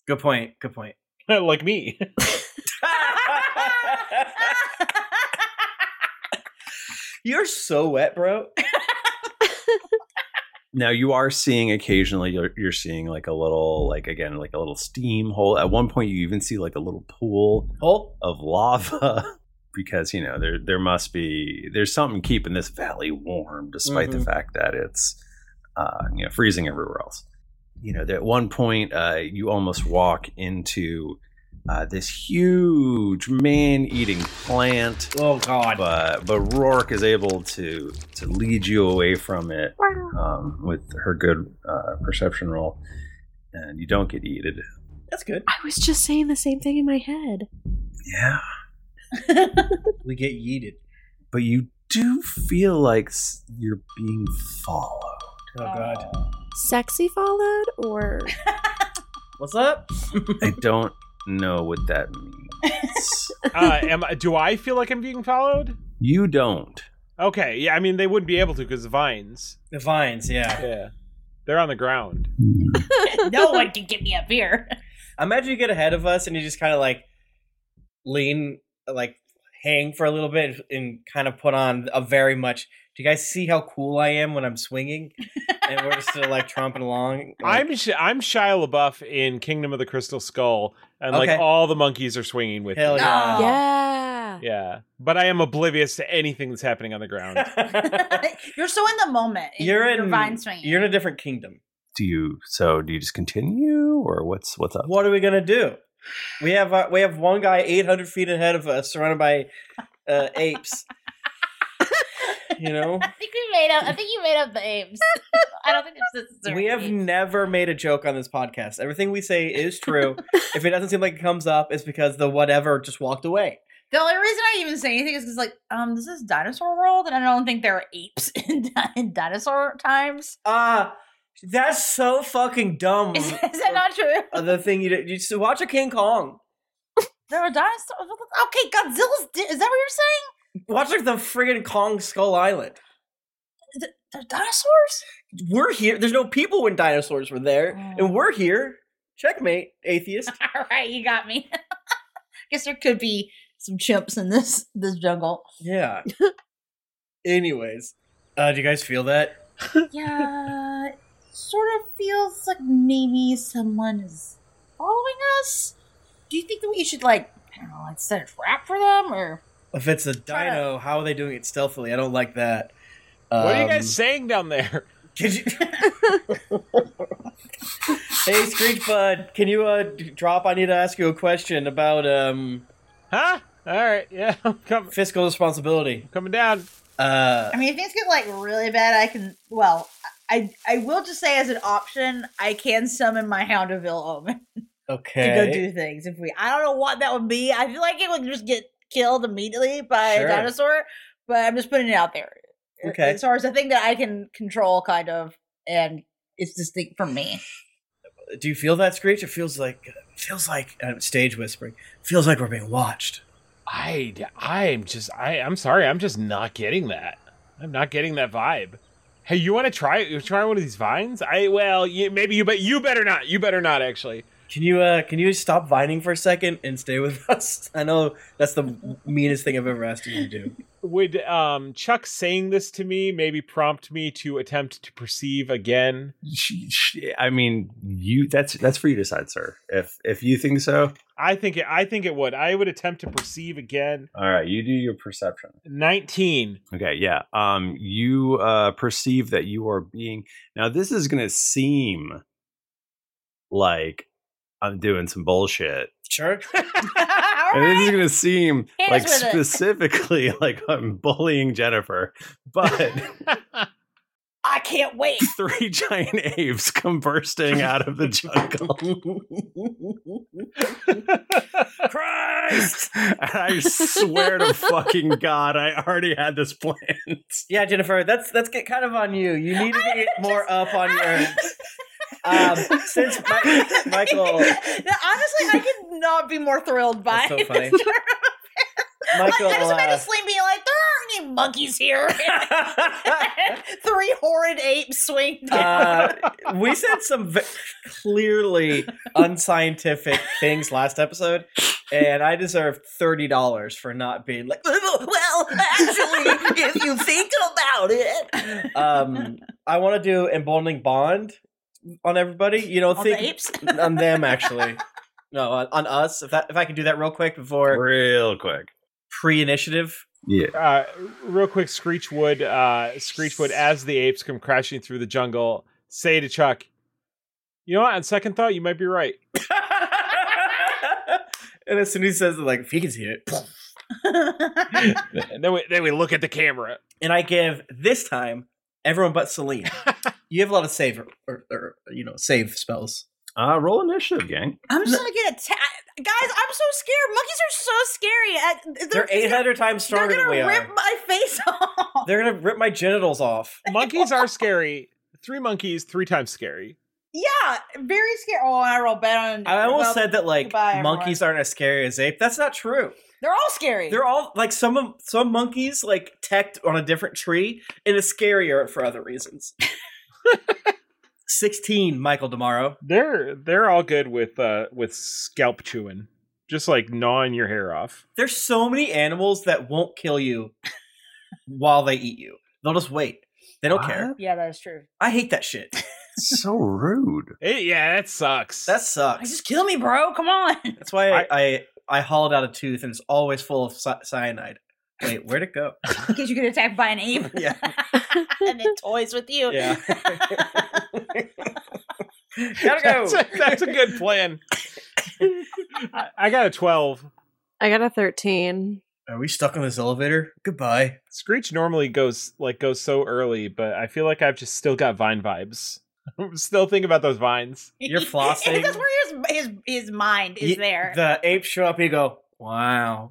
A: Good point. Good point. <laughs>
C: like me.
A: You're so wet, bro.
D: Now you are seeing occasionally you're, you're seeing like a little like again like a little steam hole. At one point you even see like a little pool of lava <laughs> because you know there there must be there's something keeping this valley warm despite
A: Mm-hmm.
J: Mhm.
D: the fact that it's uh, you know freezing everywhere else. You know, there- at one point uh, you almost walk into uh, this huge man-eating plant.
A: Oh God!
D: But but Rourke is able to to lead you away from it um, with her good uh, perception roll, and you don't get eaten.
A: That's good.
E: I was just saying the same thing in my head.
D: Yeah,
A: we get yeeted.
D: But you do feel like s- you're being followed.
A: Oh God!
E: Sexy followed or
A: What's up?
D: I don't know what that means.
C: uh, am I, do I feel like I'm being followed?
D: You don't.
C: Okay, yeah, I mean they wouldn't be able to because the vines.
A: The vines, yeah.
C: Yeah. They're on the ground.
B: no one can get me up here.
A: Imagine you get ahead of us and you just kind of like lean, like hang for a little bit and kind of put on a very much. Do you guys see how cool I am when I'm swinging? and we're just still like tromping along.
C: I'm Sh- I'm Shia LaBeouf in Kingdom of the Crystal Skull, and like
A: Okay.
C: all the monkeys are swinging with
A: Hell
C: me.
A: yeah.
B: Ah.
A: Oh.
E: Yeah.
C: Yeah, but I am oblivious to anything that's happening on the ground.
B: You're so in the moment.
A: <laughs> You're
B: Your
A: in.
B: vine swinging.
A: You're in a different kingdom.
D: Do you? So do you just continue, or what's what's up?
A: What are we gonna do? We have uh, we have one guy 800 feet ahead of us, surrounded by uh, apes. you know,
B: I think we made up. I think you made up the <laughs> aims. I don't think it's necessary.
A: we have never made a joke on this podcast. Everything we say is true. if it doesn't seem like it comes up, it's because the whatever just walked away.
B: The only reason I even say anything is because, like, um, this is dinosaur world, and I don't think there are apes <laughs> in, di- in dinosaur times.
A: Ah, that's so fucking
B: <laughs>
A: dumb.
B: Is, is that not true?
A: Uh, the thing you did, you just watch a King Kong.
B: There are dinosaurs. Okay, Godzilla's. Di- is that what you're saying?
A: Watch like the friggin' Kong Skull Island.
B: There are dinosaurs.
A: We're here. There's no people when dinosaurs were there, and we're here. Checkmate,
B: <laughs>
A: atheist.
B: All right, you got me. <laughs> Guess there could be some chimps in this this <laughs> jungle.
A: Yeah. Anyways, uh, do you guys feel that?
B: yeah, it sort of feels like maybe someone is following us. Do you think that we should like I don't know, like set a trap for them or
A: If it's a dino, how are they doing it stealthily? I don't like that.
C: What are you guys
A: Um,
C: saying down
A: <laughs>
C: there?
A: Hey, Screech Bud, can you uh, d- drop? I need to ask you a question about um.
C: Huh? All right. Yeah. <laughs>
A: Fiscal responsibility.
C: Coming down.
A: Uh.
B: I mean, if things get like really bad, I can. Well, I I will just say as an option, I can summon my Hound of Ill Omen <laughs>
A: Okay.
B: to go do things. If we, I don't know what that would be. I feel like it would just get killed immediately by
A: Sure.
B: a dinosaur. But I'm just putting it out there.
A: Okay.
B: As far as a thing that I can control, kind of, and it's distinct from me.
A: Do you feel that screech? It feels like it feels like uh, stage whispering. Feels like we're being watched.
C: I I'm just I I'm sorry. I'm just not getting that. I'm not getting that vibe. Hey, you want to try you try one of these vines? I well, you, maybe you but you better not. You better not actually.
A: Can you uh, can you stop vining for a second and stay with <laughs> us? I know that's the meanest thing I've ever asked you to do.
C: Would um, Chuck saying this to me maybe prompt me to attempt to perceive again?
D: I mean, you that's that's for you to decide, sir. If if you think so,
C: I think it. I think it would. I would attempt to perceive again.
D: all right, you do your perception.
C: 19.
D: Okay, yeah. Um, you uh, perceive that you are being now. This is going to seem like I'm doing some bullshit.
A: <laughs> Sure.
D: and this is going to seem
A: Hit us
D: like
A: with it.
D: specifically <laughs> like I'm bullying Jennifer,
A: <laughs>
D: but
M: I can't wait.
D: <laughs> three giant apes come bursting out of
A: <laughs>
D: the jungle. Christ! And I swear to fucking God, I already had this planned.
A: <laughs> Yeah, Jennifer, that's that's get kind of on you. You need to <laughs> get more up on your. <laughs> Um, since Mi-
B: <laughs>
A: Michael,
B: Honestly, I could not be more thrilled by
A: That's so
B: <laughs>
A: funny.
B: this.
A: <laughs> Michael,
B: I just
A: uh,
B: imagine Slim being like, "There aren't any
A: <laughs>
B: monkeys here." <laughs> Three horrid apes swing down.
A: <laughs>
B: <laughs>
A: uh, we said some v- clearly unscientific things last episode, and I deserve thirty dollars for not being like.
B: well, actually, if you think about it,
A: Um, I want to do emboldening bond on everybody. You know,
B: On
A: think
B: the apes?
A: on them
B: <laughs>
A: actually. No, on, on us. If that if I can do that real quick before
D: real quick
A: pre initiative.
D: Yeah.
C: Uh, real quick, Screech would, uh, Screech would, as the apes come crashing through the jungle, say to Chuck, "You know what? On second thought, you might be right."
A: <laughs> And as soon as he says it, like if he can see it, <laughs>
C: and then we then we look at the camera,
A: and I give this time everyone but Celine.
C: <laughs>
A: you have a lot of save or, or, or you know save spells.
D: Uh, roll initiative, gang.
B: I'm just gonna get attacked, guys. I'm so scared. Monkeys are so scary. At-
A: They're eight hundred times
B: They're
A: stronger
B: gonna
A: than we
B: rip
A: are.
B: my face <laughs> off.
A: They're gonna rip my genitals off.
C: Monkeys
A: <laughs>
C: are scary. Three monkeys, three times scary.
B: Yeah, very scary. Oh, I roll bad on.
A: I almost
B: well,
A: said that like
B: goodbye, everyone.
A: monkeys aren't as scary as ape. That's not true.
B: They're all scary.
A: They're all like some of some monkeys like teched on a different tree and it's scarier for other reasons. Sixteen, Michael Demaro.
C: They're they're all good with uh with scalp chewing, just like gnawing your hair off.
A: There's so many animals that won't kill
B: <laughs>
A: you while they eat you. They'll just wait. They don't care.
M: Yeah, that is true.
A: I hate that shit.
D: so rude.
C: yeah, that sucks.
A: That sucks.
B: Just kill me, bro. <laughs>
A: <laughs>
B: Come on.
A: That's why I, I I hollowed out a tooth and it's always full of cy- cyanide. Wait, where'd it
C: <laughs>
A: go?
B: Because you get attacked by an ape.
A: <laughs> Yeah.
B: <laughs> and it toys with you.
A: Yeah.
C: <laughs> Gotta
A: go.
C: That's a, that's a good plan. I, <laughs> I got a twelve.
N: I got a 13.
A: Are we stuck on this elevator? Goodbye.
C: Screech normally goes like goes so early, but I feel like I've just still got vine vibes. <laughs> I'm still thinking about those vines.
B: <laughs>
A: You're
B: It's That's where his, his his mind is
C: Ye-
B: there.
A: The apes show up. You go. Wow.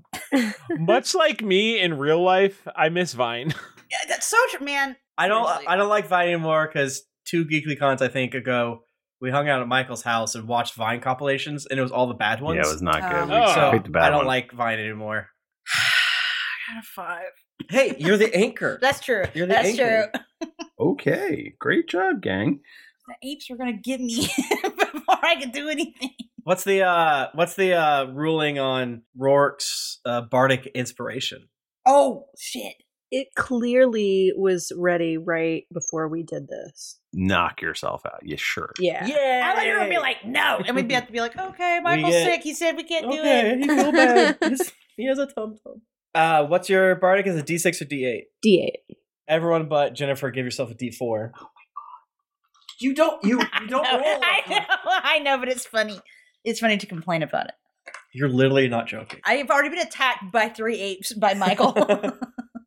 C: Much like me in real life, I miss Vine. <laughs>
B: Yeah, that's so true, man.
A: I don't I don't like Vine anymore because two Geekly Cons I think ago we hung out at Michael's house and watched Vine compilations and it was all the bad ones.
D: Yeah, it was not good. We
A: Oh. So
D: picked the bad
A: I don't
D: one.
A: like Vine anymore.
B: I got a five.
A: Hey, you're the anchor.
B: That's true.
A: You're the
B: that's
A: anchor.
B: true.
D: Okay, great job, gang.
B: <laughs> The apes were gonna get me <laughs> before I could do anything.
A: What's the uh what's the uh ruling on Rourke's uh, bardic inspiration?
B: Oh shit.
E: It clearly was ready right before we did this.
D: Knock yourself out. Yeah, sure.
E: Yeah.
B: Yeah. I thought you would be like, no. And we'd be- have to be like, okay, Michael's
A: get-
B: sick. He said we can't
A: Okay,
B: do it.
A: he
B: <laughs>
A: feel bad.
E: he has a tum tum.
A: Uh what's your bardic is it D6 or D8?
E: D8.
A: Everyone but Jennifer give yourself a D4. You
F: <laughs>
A: don't you you don't
B: I know, I know, I know, but it's funny. It's funny to complain about it.
A: You're literally not joking.
B: I've already been attacked by three
A: <laughs>
B: apes
F: <laughs>
B: by Michael.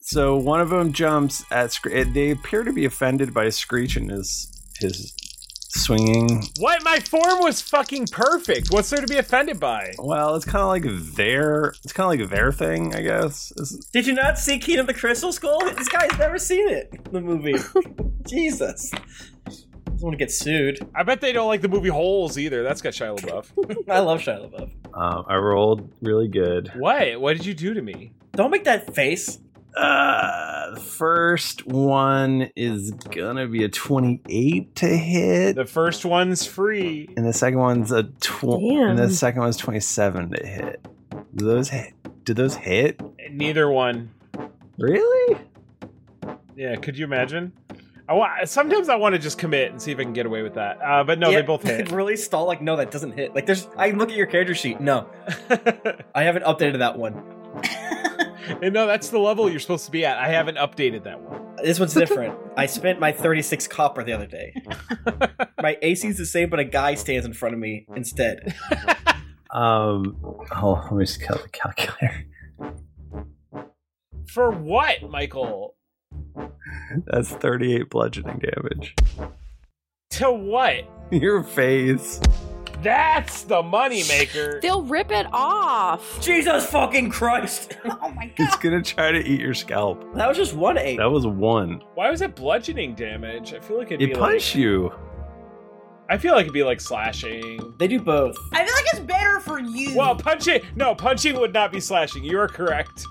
D: So one of them jumps at Scre- it They appear to be offended by Screech and his his swinging.
C: What? My form was fucking perfect. What's there to be offended by?
D: Well, it's kind of like their it's kind of like their thing, I guess. It's-
A: Did you not see Kingdom of the Crystal Skull? This guy's never seen it. The movie. Jesus. Doesn't want to get sued.
C: I bet they don't like the movie Holes either. That's got Shia LaBeouf.
A: <laughs> I love Shia LaBeouf.
D: Um, I Uh, rolled really good.
C: What? What did you do to me?
A: Don't make that face.
D: Uh, the first one is gonna be a 28 to hit.
C: The first one's free.
D: And the second one's a twenty. And the
C: Damn.
D: second one's twenty-seven to hit. Do those hit? Did those hit?
C: Neither one.
D: Really?
C: Yeah, could you imagine? I wa- sometimes I want to just commit and see if I can get away with that. Uh, but no,
A: Yeah,
C: they both
A: <laughs>
C: hit.
A: really stall. Like, no, that doesn't hit. Like, there's. I look at your character
C: <laughs>
A: sheet. No, I haven't updated that one.
C: and no, that's the level you're supposed to be at. I haven't updated that one.
A: This one's different. I spent my 36 copper the
C: <laughs>
A: other day. my AC's the same, but a guy stands in front of me
C: <laughs>
A: instead.
D: Um, hold on, let me just cut the calculator. <laughs>
C: For what, Michael?
D: That's thirty-eight bludgeoning damage. <laughs>
C: To what?
D: Your face.
C: That's the moneymaker.
E: They'll rip it off.
A: Jesus fucking Christ. <laughs>
D: He's gonna try to eat your scalp.
A: That was just one eight.
D: That was one.
C: Why was it bludgeoning damage? I feel like it'd
D: It
C: be
D: punched you.
C: like I feel like it'd be like slashing.
A: They do both.
F: I feel like it's better for you.
C: Well, punching no, punching would not be slashing. You are correct.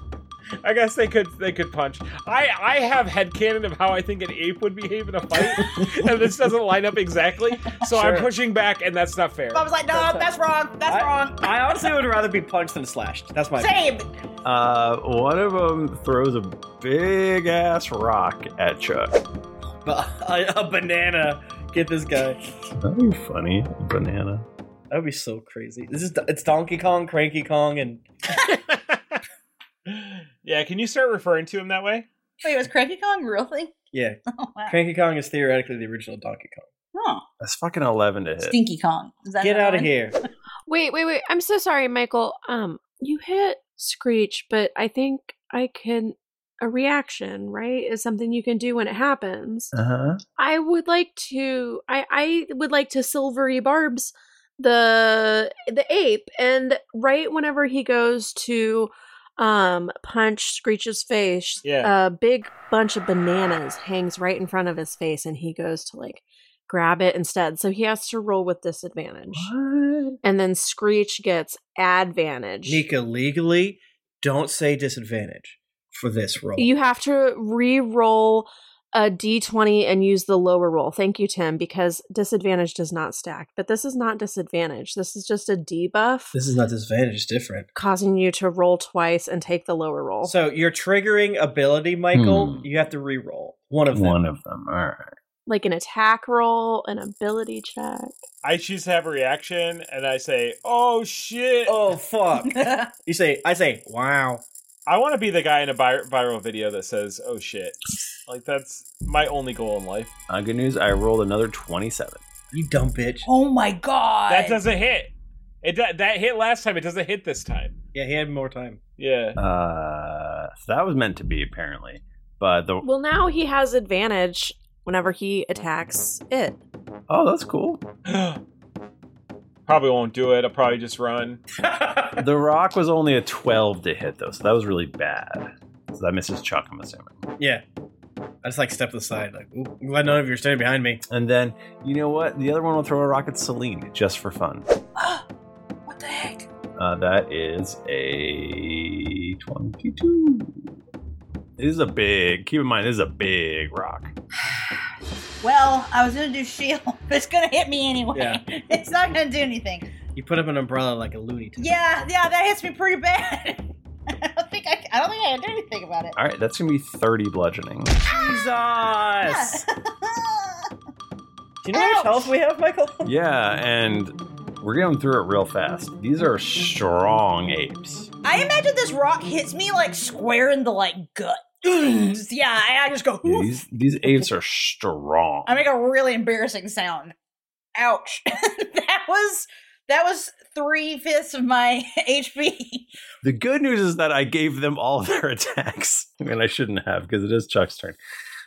C: I guess they could they could punch. I I have headcanon of how I think an ape would behave in a
A: <laughs>
C: fight, and this doesn't line up exactly. So I'm
A: Sure.
C: pushing back, and that's not fair.
F: I was like, no, that's wrong. That's wrong.
A: I honestly would rather <laughs> be punched than slashed. That's my
F: Same.
D: Uh, one of them throws a big ass rock at Chuck.
A: a, a banana. Get this guy.
D: That'd be funny. Banana.
A: That would be so crazy. This is it's Donkey Kong, Cranky Kong, and
C: <laughs> Yeah, can you start referring to him that way?
B: Wait, was Cranky Kong real thing?
A: yeah,
B: <laughs> Oh, wow.
A: Cranky Kong is theoretically the original Donkey Kong.
B: Huh.
D: That's fucking eleven to hit.
B: Stinky Kong. Is that
A: Get
B: another
A: out of
E: <laughs>
B: one?
A: here.
E: Wait, wait, wait. I'm so sorry, Michael. Um, you hit Screech, but I think I can a reaction, right? Is something you can do when it happens.
D: Uh huh.
E: I would like to I I would like to silvery barbs the the ape and right whenever he goes to um punch Screech's face,
C: Yeah.
E: a big bunch of bananas hangs right in front of his face and he goes to like grab it instead. So he has to roll with disadvantage. And then Screech gets advantage.
A: Nika, legally, don't say disadvantage for this role.
E: You have to re-roll a d20 and use the lower roll. Thank you, Tim, because disadvantage does not stack. But this is not disadvantage. This is just a debuff
A: this is not disadvantage; it's different.
E: causing you to roll twice and take the lower roll.
A: So your triggering ability, Michael, you have to re-roll one of them.
D: Hmm. One of them. All right.
E: like an attack roll, an ability check.
C: I choose to have a reaction, and I say, "Oh shit!
F: <laughs>
A: Oh fuck!" you say, "I say, wow."
C: I want to be the guy in a vir- viral video that says, "Oh shit!" Like that's my only goal in life.
D: Uh, good news. I rolled another twenty-seven.
A: You dumb bitch.
F: Oh my god.
C: That doesn't hit. It do- that hit last time. It doesn't hit this time.
A: Yeah, he had more time.
C: Yeah.
D: Uh, so that was meant to be apparently, but the
E: Well, now he has advantage whenever he attacks it.
D: oh, that's cool.
C: Probably won't do it. I'll probably just
A: <laughs>
C: run.
D: the rock was only a twelve to hit though, so that was really bad. So that misses Chuck, I'm assuming.
A: Yeah, I just like step to the side. Like, Ooh, I'm glad none of you are standing behind me.
D: And then you know what? The other one will throw a rock at Celine just for fun.
B: <gasps> What the heck?
D: Uh, that is a twenty-two. This is a big. Keep in mind, this is a big rock.
F: Well, I was gonna do shield, <laughs> but it's gonna hit me anyway.
A: Yeah.
F: <laughs> It's not gonna do anything.
A: You put up an umbrella like a loony. Tune.
F: Yeah, yeah, that hits me pretty bad. <laughs> I don't think I, I don't think I can do anything about it.
D: All right, that's gonna be thirty bludgeoning.
A: Jesus!
F: <laughs>
A: do you know how much
F: Ouch.
A: health we have,
F: <laughs>
A: Michael?
D: Yeah, and we're going through it real fast. These are strong apes.
F: I imagine this rock hits me like square in the like gut. <clears throat> Just- yeah, and I just go.
D: Yeah, these these apes are strong.
F: I make a really embarrassing sound. Ouch! <laughs> that was that was three fifths of my <laughs> HP.
D: The good news is that I gave them all <laughs> their attacks. <laughs> I mean, I shouldn't have because it is Chuck's turn,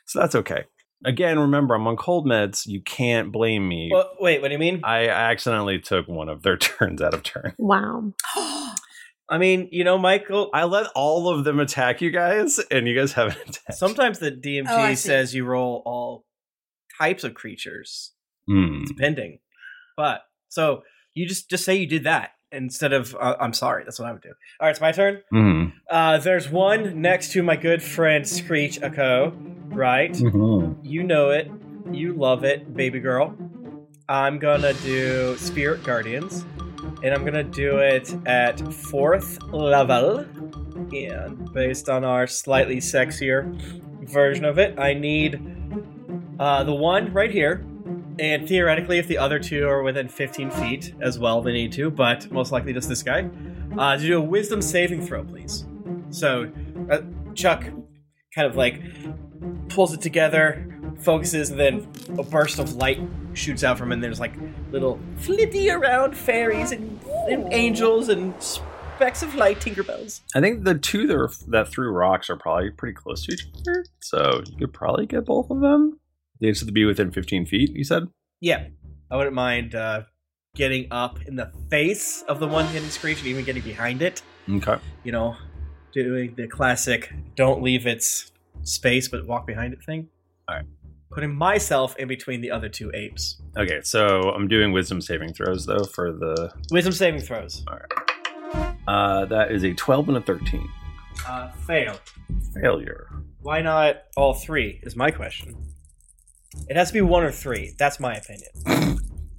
D: so that's okay. Again, remember I'm on cold meds. You can't blame me.
A: Well, wait, what do you mean?
D: I accidentally took one of their <laughs> turns out of turn.
E: Wow.
A: I mean, you know, Michael.
D: I let all of them attack you guys, and you guys haven't attacked.
A: Sometimes the DMG
D: Oh, I see.
A: says you roll all types of creatures,
D: Hmm.
A: depending. But so you just just say you did that, instead of uh, I'm sorry. That's what I would do. All right, it's my turn.
D: Mhm.
A: Uh, there's one next to my good friend Screech Echo, right?
D: Mhm.
A: You know it. You love it, baby girl. I'm gonna do Spirit Guardians, and I'm gonna do it at fourth level. And based on our slightly sexier version of it, I need uh, the one right here. And theoretically, if the other two are within 15 feet as well, they need to, but most likely just this guy. Uh, to do a wisdom saving throw, please. So uh, Chuck kind of like pulls it together, focuses, and then a burst of light shoots out from him, and there's like little flitty around fairies and, and angels and specks of light, Tinkerbells.
D: I think the two that, are, that threw rocks are probably pretty close to each other, so you could probably get both of them. They just have to be within 15 feet, you said?
A: Yeah, I wouldn't mind uh, getting up in the face of the one hidden screech and even getting behind it.
D: Okay.
A: You know, doing the classic "don't leave its space but walk behind it" thing.
D: All right,
A: putting myself in between the other two apes.
D: Okay, so I'm doing wisdom saving throws, though, for the.
A: Wisdom saving throws.
D: All Uh, that is a 12 and a 13.
A: right. Uh, fail.
D: Failure.
A: Why not all three? Is my question. It has to be one or three. That's my
D: <laughs>
A: opinion.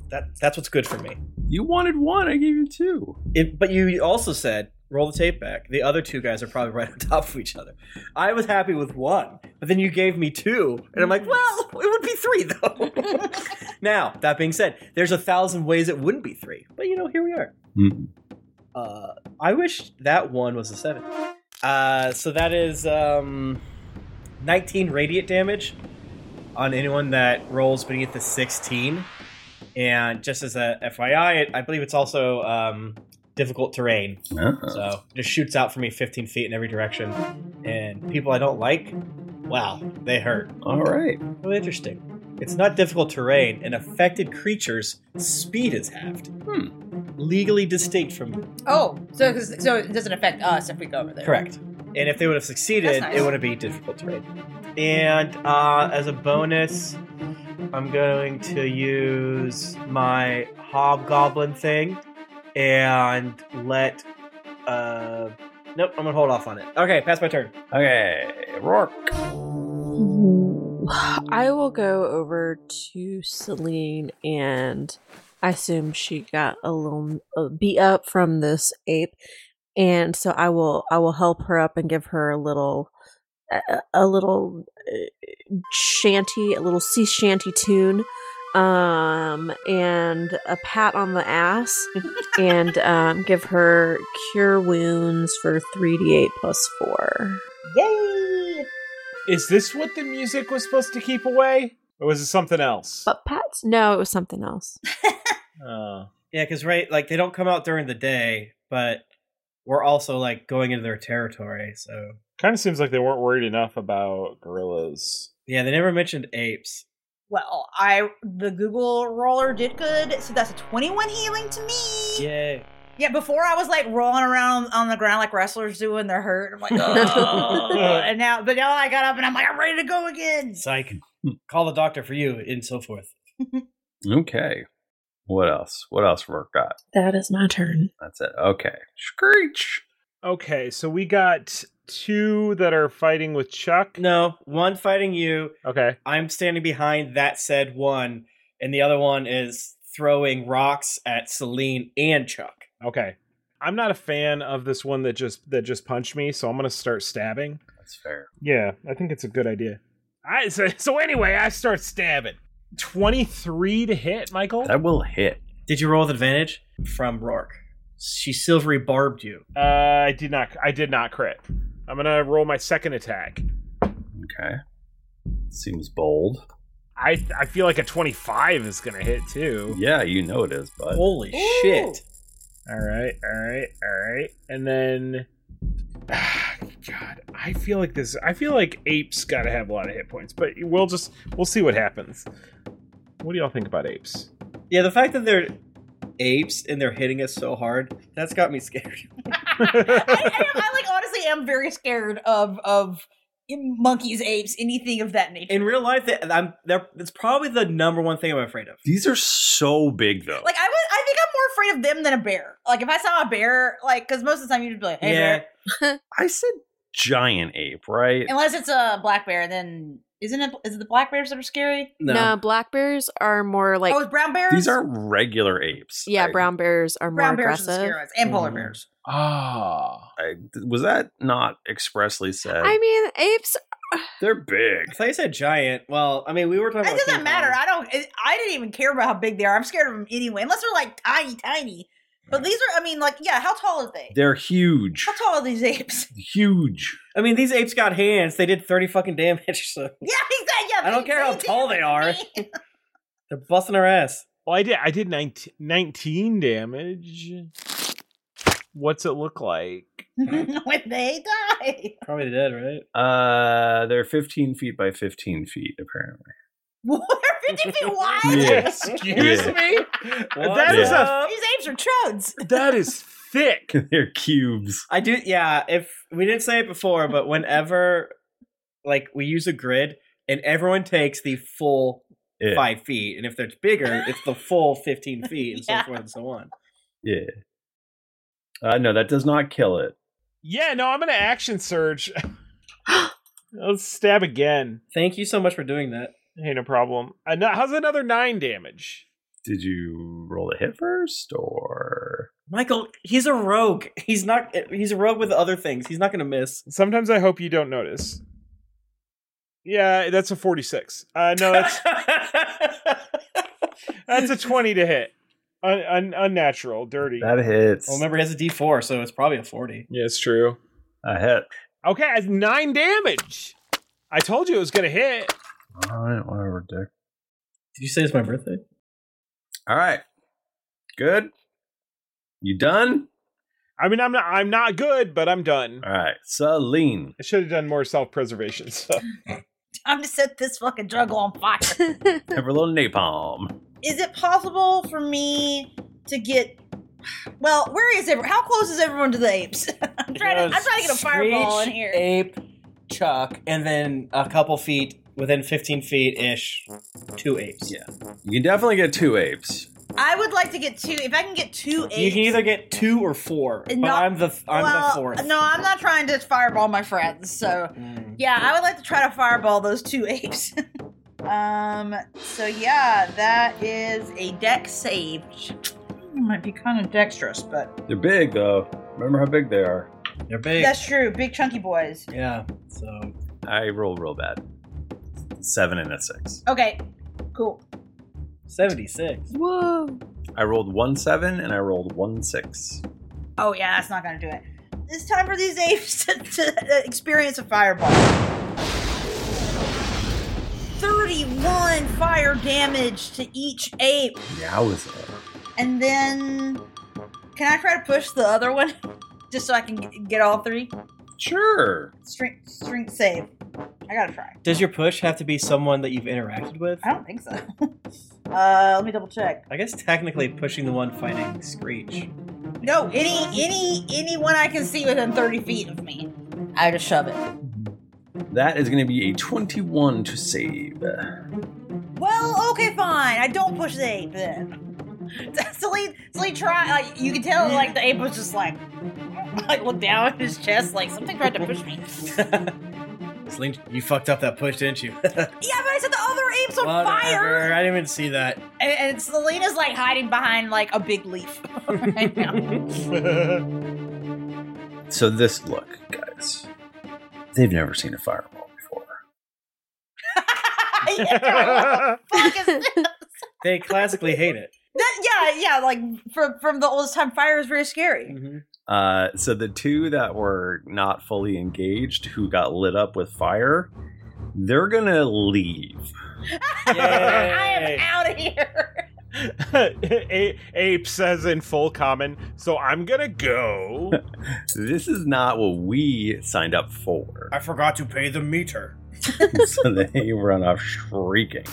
A: that that's what's good for me.
D: You wanted one. I gave you two.
A: It, but you also said roll the tape back. The other two guys are probably <laughs> right on top of each other. I was happy with one, but then you gave me two, and I'm like, well, it would be three though. now that being said, there's a thousand ways it wouldn't be three, but you know, here we are. Uh, I wish that one was a seven. Uh, so that is um, 19 radiant damage on anyone that rolls beneath the 16. And just as a FYI, it, I believe it's also um, difficult terrain.
D: Uh-huh.
A: So it just shoots out for me 15 feet in every direction. And people I don't like, wow, they hurt.
D: All right.
A: Well, interesting. It's not difficult terrain, and affected creatures' speed is halved. Legally distinct from
F: Oh, so so it doesn't affect us if we go over there.
A: Correct. And if they would have succeeded,
F: That's nice.
A: it would have been difficult to read. And uh, as a bonus, I'm going to use my hobgoblin thing and let. Uh, nope, I'm gonna hold off on it. Okay, pass my turn.
D: Okay, Rourke.
E: I will go over to Celine and I assume she got a little uh, beat up from this ape and so I will I will help her up and give her a little a, a little uh, shanty, a little sea shanty tune um and a pat on the ass and um give her cure wounds for 3d8 plus 4
F: Yay!
C: Is this what the music was supposed to keep away? Or was it something else?
E: but pats no it was something else
D: Oh.
C: Uh,
A: yeah, because right, like they don't come out during the day, but we're also like going into their territory. So
C: Kind of seems like they weren't worried enough about gorillas.
A: yeah, they never mentioned apes.
F: Well, I the Google roller did good, so that's a 21 healing to me.
A: Yay.
F: Yeah, before I was like rolling around on the ground like wrestlers do when they're hurt. I'm
D: <laughs>
F: like,
E: <laughs>
F: oh. and now, but now I got up and I'm like, I'm ready to go again.
A: Psych.
D: Hmm.
A: Call the doctor for you, and so forth.
D: Okay. What else? What else Rourke got?
E: That is my turn.
D: That's it. Okay. Screech.
C: Okay, so we got two that are fighting with Chuck.
A: No, one fighting you.
C: Okay.
A: I'm standing behind that said one, and the other one is throwing rocks at Celine and Chuck.
C: Okay. I'm not a fan of this one that just that just punched me, so I'm gonna start stabbing.
D: That's fair.
C: Yeah, I think it's a good idea. I so, so anyway, I start stabbing. Twenty three to hit, Michael.
D: That will hit.
A: Did you roll with advantage from Rourke? She silvery barbed you.
C: Uh, I did not. I did not crit. I'm gonna roll my second attack.
D: Okay. Seems bold.
C: I I feel like a 25 is gonna hit too.
D: Yeah, you know it is, bud.
A: Holy shit.
C: All right, all right, all right, and then. <sighs> Ah, God, I feel like this. I feel like apes got to have a lot of hit points, but we'll just we'll see what happens. What do y'all think about apes?
A: Yeah, the fact that they're apes and they're hitting us so hard, that's got me <laughs> scared.
F: I, I like honestly am very scared of of monkeys, apes, anything of that nature.
A: In real life, they, I'm, they're, it's probably the number one thing I'm afraid of.
D: These are so big, though.
F: Like I was, I think I'm more
B: afraid of them than a bear. Like if I saw a bear, like because most of the time you'd be like, "Hey,
D: Yeah.
E: <laughs>
B: bear."
D: I said giant ape, right?
B: Unless it's a black bear, then isn't it? Is it the black bears that are scary?
D: No.
E: No, black bears are more like
B: oh, brown bears.
D: These aren't regular apes.
E: Yeah, brown bears are
B: Brown
E: more
B: bears and
E: aggressive.
B: scared ones, and
E: Mm-hmm.
B: polar bears.
D: Mm. Ah. was that not expressly said?
E: I mean, apes.
D: They're big.
A: I thought you said giant. Well, I mean, we were talking.
B: It
A: about
B: doesn't matter. I don't. It, I didn't even care about how big they are. I'm scared of them anyway, unless they're like tiny, tiny. But these are. I mean, like, yeah. How tall are they?
D: They're huge.
B: How tall are these apes?
D: Huge.
A: I mean, these apes got hands. They did thirty fucking damage. <laughs> So
B: Yeah, exactly. Yeah,
A: I don't
B: they-
A: care how
B: they-
A: tall they are. They're busting our ass.
C: Well, I did. I did 19, 19 damage. What's it look like?
B: <laughs> when they die. <laughs>
A: Probably dead, right?
D: Uh, they're 15 feet by 15 feet, apparently. <laughs>
B: They're 50 feet wide.
D: Yeah. Excuse Yeah.
B: me.
D: That is a-
B: These apes are chodes.
C: That is thick.
D: They're cubes.
A: I do. Yeah. If we didn't say it before, but whenever like we use a grid and everyone takes the full
D: Yeah.
A: five feet, and if they're bigger, it's the full
B: <laughs>
A: fifteen feet, and so forth and so on.
D: Yeah. Uh, no, that does not kill it.
C: Yeah, no, I'm gonna action surge. Let's stab again.
A: Thank you so much for doing that.
C: Hey, no problem. Ano- How's another nine damage?
D: Did you roll a hit first, or
A: Michael, he's a rogue. He's not. He's a rogue with other things. He's not going to miss.
C: Sometimes I hope you don't notice. Yeah, that's a 46. Uh, no,
A: <laughs>
C: that's that's a 20 to hit. Un- un- unnatural, dirty.
D: that hits?
A: Well, remember, he has a D four, so it's probably a forty.
C: Yeah, it's true.
D: A hit.
C: Okay, that's nine damage. I told you it was gonna hit.
D: All right, whatever, Dick.
A: Did you say it's my birthday?
D: All right, good. You done?
C: I mean, I'm not. I'm not good, but I'm done.
D: All right, Celine.
C: I should have done more self preservation <laughs> stuff.
B: <laughs> Time to set this fucking jungle on fire.
D: Have a little napalm.
B: is it possible for me to get? Well, where is everyone? How close is everyone to the apes? <laughs> I'm trying to. I'm trying to get a fireball in
A: Screech,
B: here.
A: Ape, Chuck, and then a couple feet within fifteen feet ish, two apes.
D: Yeah, You can definitely get two apes.
B: I would like to get two. If I can get two apes,
A: you can either get two or four, but
B: And not-
A: I'm the I'm
B: well,
A: the fourth.
B: No, I'm not trying to fireball my friends. So, yeah, I would like to try to fireball those two apes. <laughs> um. So yeah, that is a deck save. Might be kind of dexterous, but
D: They're big though. Remember how big they are.
A: They're big.
B: that's true. Big chunky boys.
A: Yeah. So
D: I roll real bad. Seven and a six.
B: Okay. Cool.
A: seventy six.
B: Whoa.
D: I rolled one seven and I rolled one six.
B: Oh yeah, that's not gonna do it. It's time for these apes <laughs> to, to uh, experience a fireball. Thirty-one fire damage to each ape,
D: Yeah, I was.
B: and then can I try to push the other one <laughs> just so I can g- get all three?
D: Sure.
B: Strength, strength save. I gotta try.
A: Does your push have to be someone that you've interacted with?
B: I don't think so. <laughs> uh, let me double check.
A: I guess technically pushing the one fighting Screech.
B: No, any any anyone I can see within thirty feet of me, I just shove it.
D: That is going to be a 21 to save.
B: Well, okay, fine. I don't push the ape then. <laughs> Celine, Celine tried. Like you could tell, like the ape was just like, <laughs> like looked down at his chest, like something tried to push me. yeah,
A: Sling, you fucked up that push, didn't you? <laughs>
B: but I said the other ape's on fire,
A: I didn't even see that.
B: and, and Celine is like hiding behind like a big
F: <laughs>
B: leaf.
C: <laughs>
B: right now.
D: So this look, guys. They've never seen a fireball.
A: <laughs>
B: yeah, what the fuck is this?
A: They classically hate it.
B: That, yeah, yeah, like from from the oldest time, fire is very scary.
F: <laughs>
D: Uh, so the two that were not fully engaged, who got lit up with fire, they're gonna leave.
B: I am out of here.
C: <laughs> A- ape says in full common, so I'm gonna
D: <laughs>
C: go.
D: This is not what we signed up for.
A: I <laughs> forgot to pay the meter.
D: <laughs> so they run off shrieking.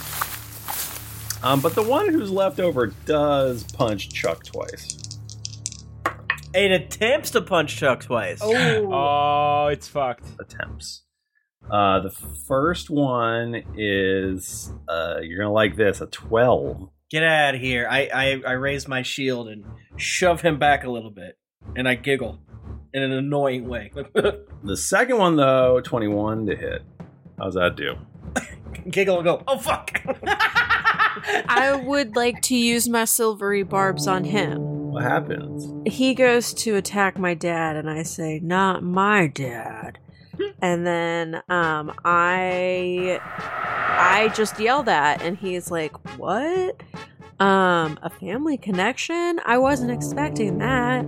D: Um, but the one who's left over does punch Chuck twice.
A: It attempts to punch Chuck twice.
C: Oh, it's fucked.
D: Attempts. Uh, the first one is uh, you're gonna like this a twelve.
A: Get out of here. I, I I raised my shield and shove him back a little bit, and I giggle in an annoying way. <laughs>
D: The second one though, twenty-one to hit. How's that do?
A: giggle and go, oh fuck!
B: <laughs>
E: I would like to use my silvery barbs on him.
D: What happens?
E: He goes to attack my dad, and I say, "Not my dad."
B: <laughs>
E: and then um, I, I just yell that, and he's like, "What? Um, a family connection? I wasn't expecting that."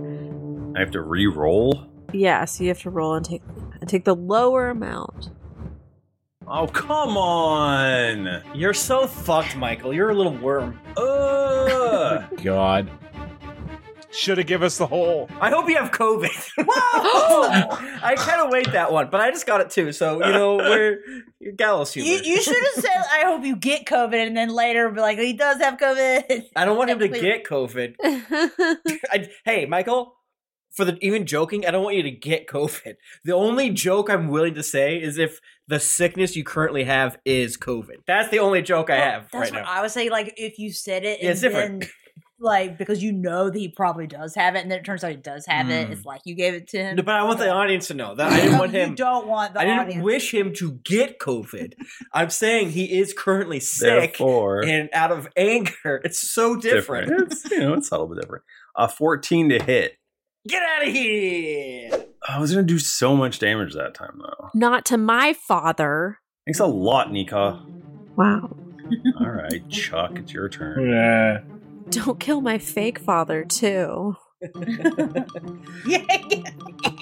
D: I have to re-roll.
E: Yeah, so you have to roll and take and take the lower amount.
D: Oh come on!
A: You're so fucked, Michael. You're a little worm.
D: Ugh.
A: <laughs>
C: God. Should have give us the whole.
A: I hope you have COVID. Whoa! <laughs> I kind of wait that one, but I just got it too. So you know we're you're gallows humor.
F: You, you should have said, "I hope you get COVID," and then later be like, "He does have COVID." <laughs>
A: I don't want him to get COVID. <laughs> I, hey, Michael, for the even joking, I don't want you to get COVID. The only joke I'm willing to say is if the sickness you currently have is COVID. That's the only joke I have
F: That's
A: right
F: what
A: now.
F: I would say. Like if you said it,
A: Yeah, it's
F: and
A: different.
F: Then, like because you know that he probably does have it, and then it turns out he does have it.
A: Mm.
F: It's like you gave it to him.
A: No, but I want the audience to know
F: <laughs>
A: that I didn't want
F: you
A: him.
F: don't want the
A: I didn't
F: audience.
A: wish him to get COVID. I'm saying he is currently sick
D: Therefore-
A: and out of anger. It's so different.
D: It's, you know, it's a little bit different. A fourteen to hit. Oh,
A: Get out of here!
D: I was gonna do so much damage that time though.
E: Not to my father.
D: Thanks a lot, Nika.
E: Wow.
D: All right, Chuck, it's your turn.
C: Yeah.
E: Don't kill my fake father
A: <laughs>
E: too.
A: Um,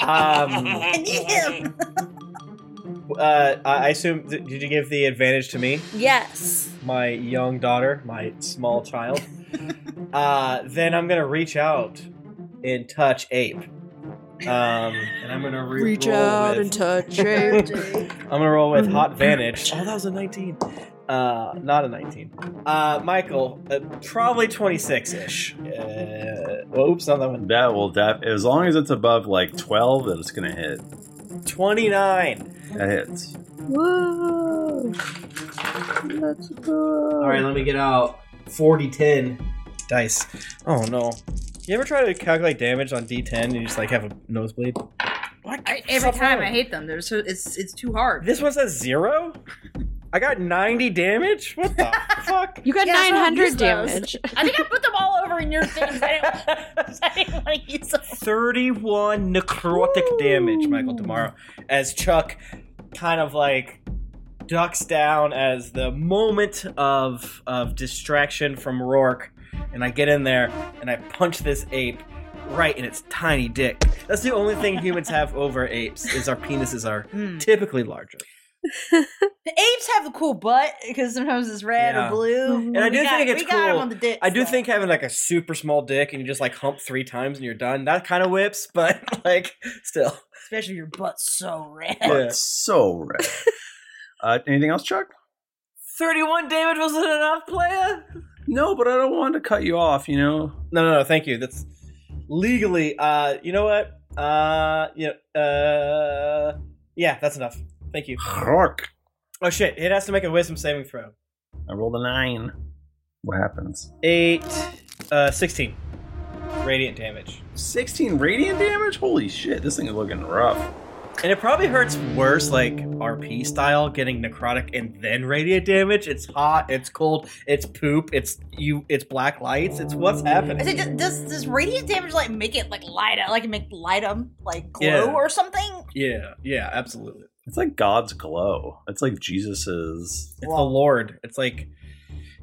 F: and him.
A: uh, I I assume. Th- did you give the advantage to me?
F: Yes.
A: my young daughter, my small child, uh, then I'm gonna reach out and touch ape. Um, and I'm gonna re-
E: Reach
A: roll
E: out
A: with-
E: and Mm. touch it.
A: <laughs> I'm gonna roll with hot vantage. Oh, that was a 19. Uh, not a 19. Uh, Michael, uh, probably 26 ish. Uh, well, oops, not that one.
D: That will def as long as it's above like twelve, that it's gonna hit.
A: 29.
D: That hits.
L: Whoa! Let's go.
A: All right, let me get out 40 10 dice. Oh no. You ever try to calculate damage on D10 and you just like have a nosebleed?
F: I, every time I hate them, they're so it's it's too hard.
A: This one says zero? I got 90 damage?
L: <laughs>
A: What the fuck?
E: You got
F: Yeah, I don't
E: 900
F: use those.
E: damage.
F: I think I put them all over
E: <laughs>
F: in your things. I didn't, I didn't want to use them.
A: 31 necrotic damage, Michael Tomorrow, as Chuck kind of like ducks down as the moment of of distraction from Rourke, and I get in there and I punch this ape right in its tiny dick. That's the only thing humans have over apes is our penises are
F: Hmm.
A: typically larger.
F: The apes have the cool butt because sometimes it's red
A: Yeah.
F: or blue.
B: Mm-hmm.
E: Mm-hmm.
A: And I
F: We
A: do
F: got-
A: think it's
F: we
A: cool.
F: got 'em on the dick.
A: I do think having like a super small dick and you just like hump three times and you're done. That kind of whips, but <laughs> like still.
F: especially your butt's so red. <laughs>
D: But so
A: <laughs>
D: red. uh, anything else, Chuck?
A: 31 damage wasn't enough, player?
D: No, but I don't want to cut you off, you know?
A: No, no, no, thank you. That's legally, uh, you know what? Uh, you know, uh, yeah, that's enough. Thank you.
D: Hark.
A: Oh shit, it has to make a wisdom saving throw.
D: I rolled a nine. What happens?
A: Eight, uh, 16. Radiant damage.
D: 16 radiant damage? Holy shit, this thing is looking rough.
A: And it probably hurts worse, like RP style, getting necrotic and then radiant damage. It's hot, it's cold, it's poop, it's you, it's black lights, it's what's happening.
F: Is it just, does does radiant damage like make it like light up, like make light up like glow
D: Yeah.
F: or something?
A: Yeah, yeah, absolutely.
D: It's like God's glow. It's like Jesus's.
A: It's the Lord. It's like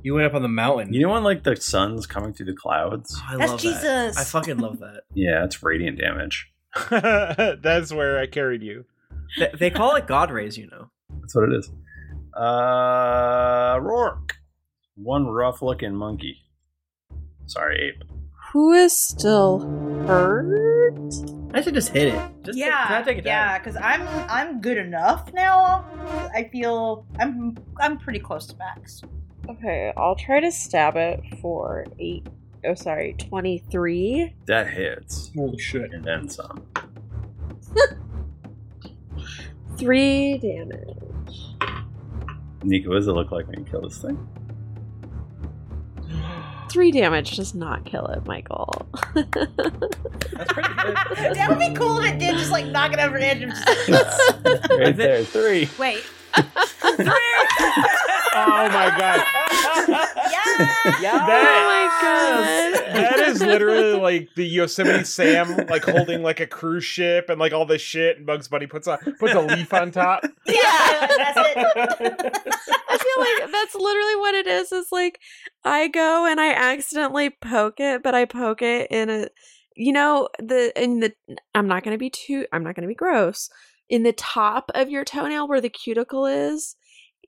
A: you went up on the mountain. Oh,
D: You know when like the sun's coming through the clouds?
A: I
F: That's love that. Jesus.
A: I fucking love that.
D: Yeah, it's radiant damage.
A: <laughs>
C: That's where I carried you.
A: They, they call it God rays, you know.
D: That's what it is. Uh, Rourke. One rough looking monkey. Sorry, ape.
E: Who is still hurt?
A: I should just hit it.
F: yeah, yeah, because I'm I'm good enough now. I feel I'm I'm pretty close to max.
E: Okay, I'll try to stab it for eight. Oh, sorry, 23.
D: That hits.
A: Holy shit.
D: And then some.
E: Three damage.
D: Nico, what does it look like when you kill this thing?
E: Three damage does not kill it, Michael. <laughs>
F: <laughs>
B: that would be cool if it did just like knock it over the edge. Of
A: <laughs>
D: right there, three.
E: <laughs>
B: Wait.
C: Oh my god.
J: <laughs>
C: That- That is literally like the Yosemite Sam, like holding like a cruise ship and like all this shit, and Bugs Bunny puts a puts a leaf on top.
E: I feel like that's literally what it is. Is like I go and I accidentally poke it, but I poke it in a, you know, the in the. I'm not gonna be too. I'm not gonna be gross. In the top of your toenail where the cuticle is,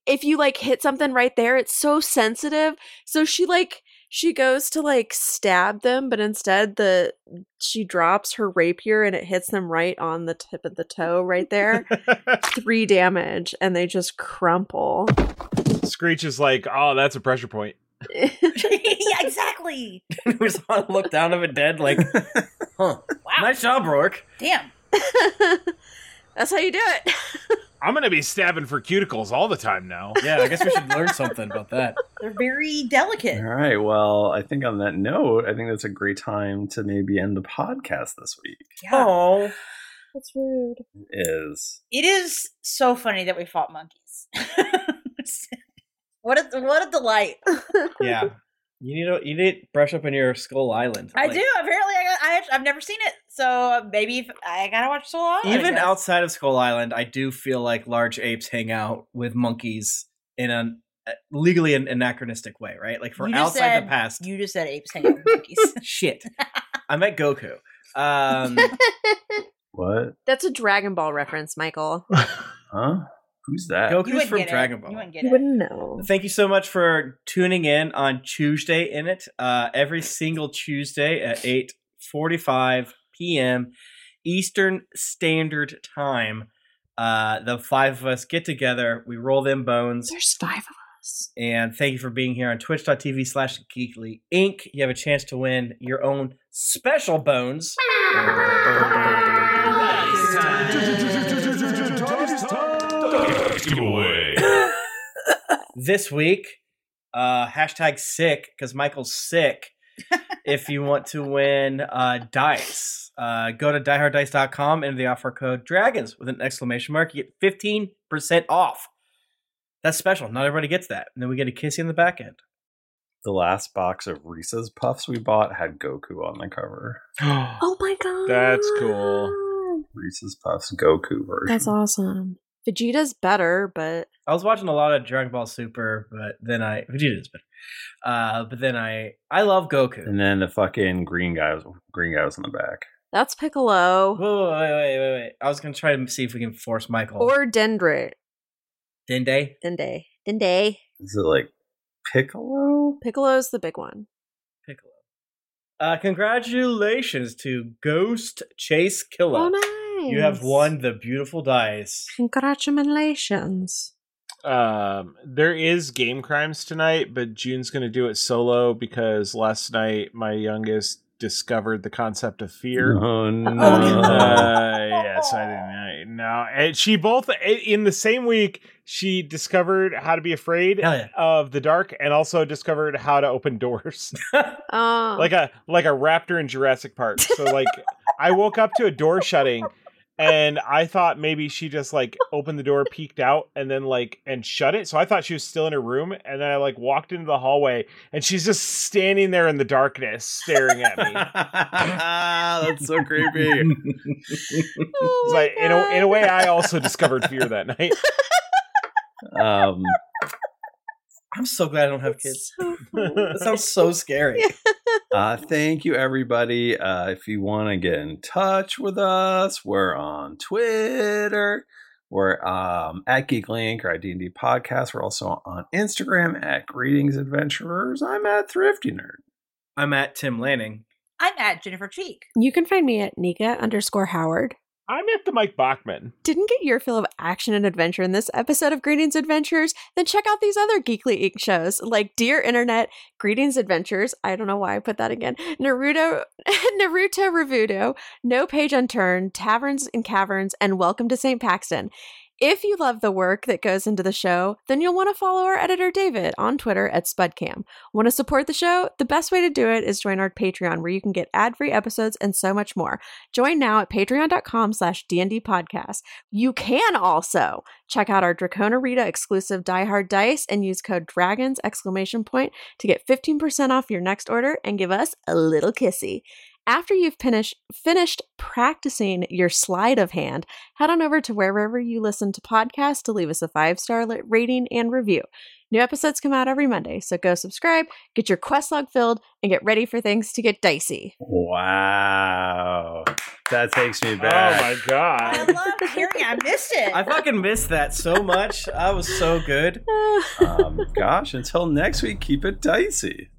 E: if you like hit something right there, it's so sensitive. So she like she goes to like stab them, but instead the she drops her rapier and it hits them right on the tip of the toe right there. Three damage and they just crumple.
C: Screech is like, oh, that's a pressure
A: <laughs>
C: point.
B: yeah, exactly.
A: we saw him look down of it dead,
D: <laughs>
A: like, huh? Nice job, Rourke.
B: Damn.
E: <laughs> That's how you do it.
C: I'm gonna be stabbing for cuticles all the time now.
A: Yeah, I guess we should learn something about that.
B: They're very delicate.
D: All right. Well, I think on that note, I think that's a great time to maybe end the podcast this week.
B: Oh.
O: That's rude.
D: Is
B: It is so funny that we fought monkeys. <laughs> what a what a delight.
A: Yeah. You need to you need to brush up on your Skull Island.
B: I
A: Like,
B: do. Apparently, I, got, I act- I've never seen it, so uh, maybe if, Oh, I gotta watch so long.
A: Even outside of Skull Island, I do feel like large apes hang out with monkeys in an uh, legally an anachronistic way, right? Like from outside the
B: <laughs>
A: past.
B: You just said apes hang out with monkeys.
A: Shit. I met Goku.
B: <laughs>
A: Um,
D: what?
E: That's a Dragon Ball reference, Michael.
D: Huh? Who's that?
A: Goku's from Dragon Ball.
B: wouldn't
E: get it. You wouldn't know.
A: Thank you so much for tuning in on Tuesday in it. Uh, every single Tuesday at 8:45 p.m. Eastern Standard Time. Uh, the five of us get together, we roll them bones.
E: There's five of us.
A: And thank you for being here on twitch.tv slash geekly inc. You have a chance to win your own special bones. <laughs> this week uh hashtag sick because michael's
E: <laughs>
A: sick if you want to win uh dice uh go to dieharddice.com and the offer code dragons with an exclamation mark you get 15% off that's special not everybody gets that and then we get a kissy on the back end
D: the last box of Reese's Puffs we bought had Goku on
A: <gasps>
D: the cover.
E: Oh my god.
D: That's cool. Reese's Puffs Goku version.
E: That's awesome. Vegeta's better, but
A: i was watching a lot of dragon ball super but then i vegeta's better uh but then i i love goku
D: And then the fucking green guy was green guy was in the back.
E: that's Piccolo.
A: Whoa, wait, wait, wait, wait. I was gonna try to see if we can force Michael.
E: Or Dendrit.
A: Dende.
E: Dende. Dende.
D: Is it like Piccolo?
E: Piccolo's the big one.
A: Uh, congratulations to Ghost Chase Killer.
E: Oh,
A: You have
E: nice.
A: won the beautiful dice.
E: Congratulations.
C: Um, there is game crimes tonight, but June's going to do it solo because last night my youngest discovered the concept of fear.
D: Oh no!
C: Uh, yeah, so I didn't. I, no, and she both in the same week she discovered how to be afraid of the dark, and also discovered how to open
D: <laughs>
C: doors.
E: Oh.
C: like a like a raptor in Jurassic Park. So like I woke up to a door shutting and I thought maybe she just like opened the door, peeked out, and then like and shut it. So I thought she was still in her room, and then I like walked into the hallway and she's just standing there in the darkness staring at me.
D: <laughs> That's so creepy.
C: It's like in a, in a way I also discovered fear that night.
D: Um
A: I'm so glad I don't have kids. <laughs> that sounds
F: <laughs>
A: so scary.
D: uh, thank you, everybody. Uh, if you want to get in touch with us, we're on Twitter. We're um, at GeekLink or at D&D Podcast. We're also on Instagram at Greetings Adventurers. I'm at Thrifty Nerd.
A: I'm at Tim Lanning.
B: I'm at Jennifer Cheek.
E: You can find me at Nika underscore Howard.
C: I'm at the Mike Bachman.
E: Didn't get your fill of action and adventure in this episode of Greetings Adventures? Then check out these other Geekly Inc. shows like Dear Internet, Greetings Adventures. I don't know why I put that again. Naruto, <laughs> Naruto Revudo, No Page Unturned, Taverns and Caverns, and Welcome to St. Paxton. If you love the work that goes into the show, then you'll want to follow our editor David on Twitter at Spudcam. Want to support the show? The best way to do it is join our Patreon where you can get ad-free episodes and so much more. Join now at patreon.com slash DND podcast. You can also check out our Dracona Rita exclusive Die Hard Dice and use code DRAGONS exclamation point to get 15% off your next order and give us a little kissy. After you've finished finished practicing your sleight of hand, head on over to wherever you listen to podcasts to leave us a five star rating and review. New episodes come out every Monday, so go subscribe, get your quest log filled, and get ready for things to get dicey.
P: Wow. That takes me
C: Oh
P: back.
C: my god!
F: Hearing, I missed it.
A: I fucking missed that so much. I was so
E: <laughs>
A: good.
P: um, gosh, until next week, keep it dicey.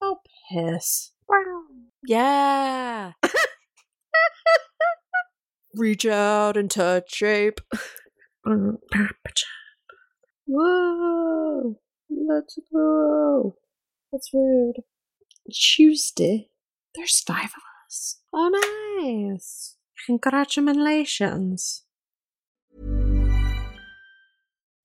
E: Oh, piss. Yeah. Reach out and touch shape.
L: Mm-hmm. Whoa! Let's go. That's rude. Tuesday. There's five of us.
E: Oh, nice. Congratulations.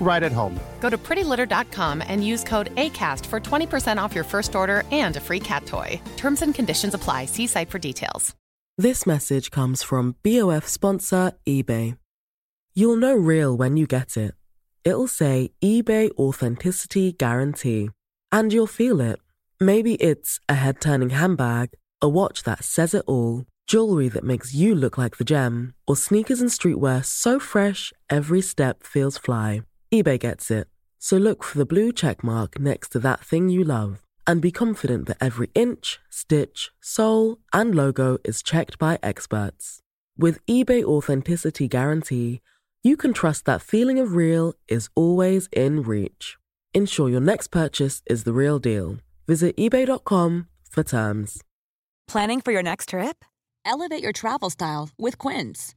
Q: right at home.
H: Go to prettylitter.com and use code ACAST for 20% off your first order and a free cat toy. Terms and conditions apply. See site for details.
R: This message comes from BOF sponsor eBay. You'll know real when you get it. It'll say eBay Authenticity Guarantee. And you'll feel it. Maybe it's a head turning handbag, a watch that says it all, jewelry that makes you look like the gem, or sneakers and streetwear so fresh every step feels fly. eBay gets it. So look for the blue check mark next to that thing you love and be confident that every inch, stitch, sole, and logo is checked by experts. With eBay Authenticity Guarantee, you can trust that feeling of real is always in reach. Ensure your next purchase is the real deal. Visit eBay.com for terms.
S: Planning for your next trip? Elevate your travel style with Quince.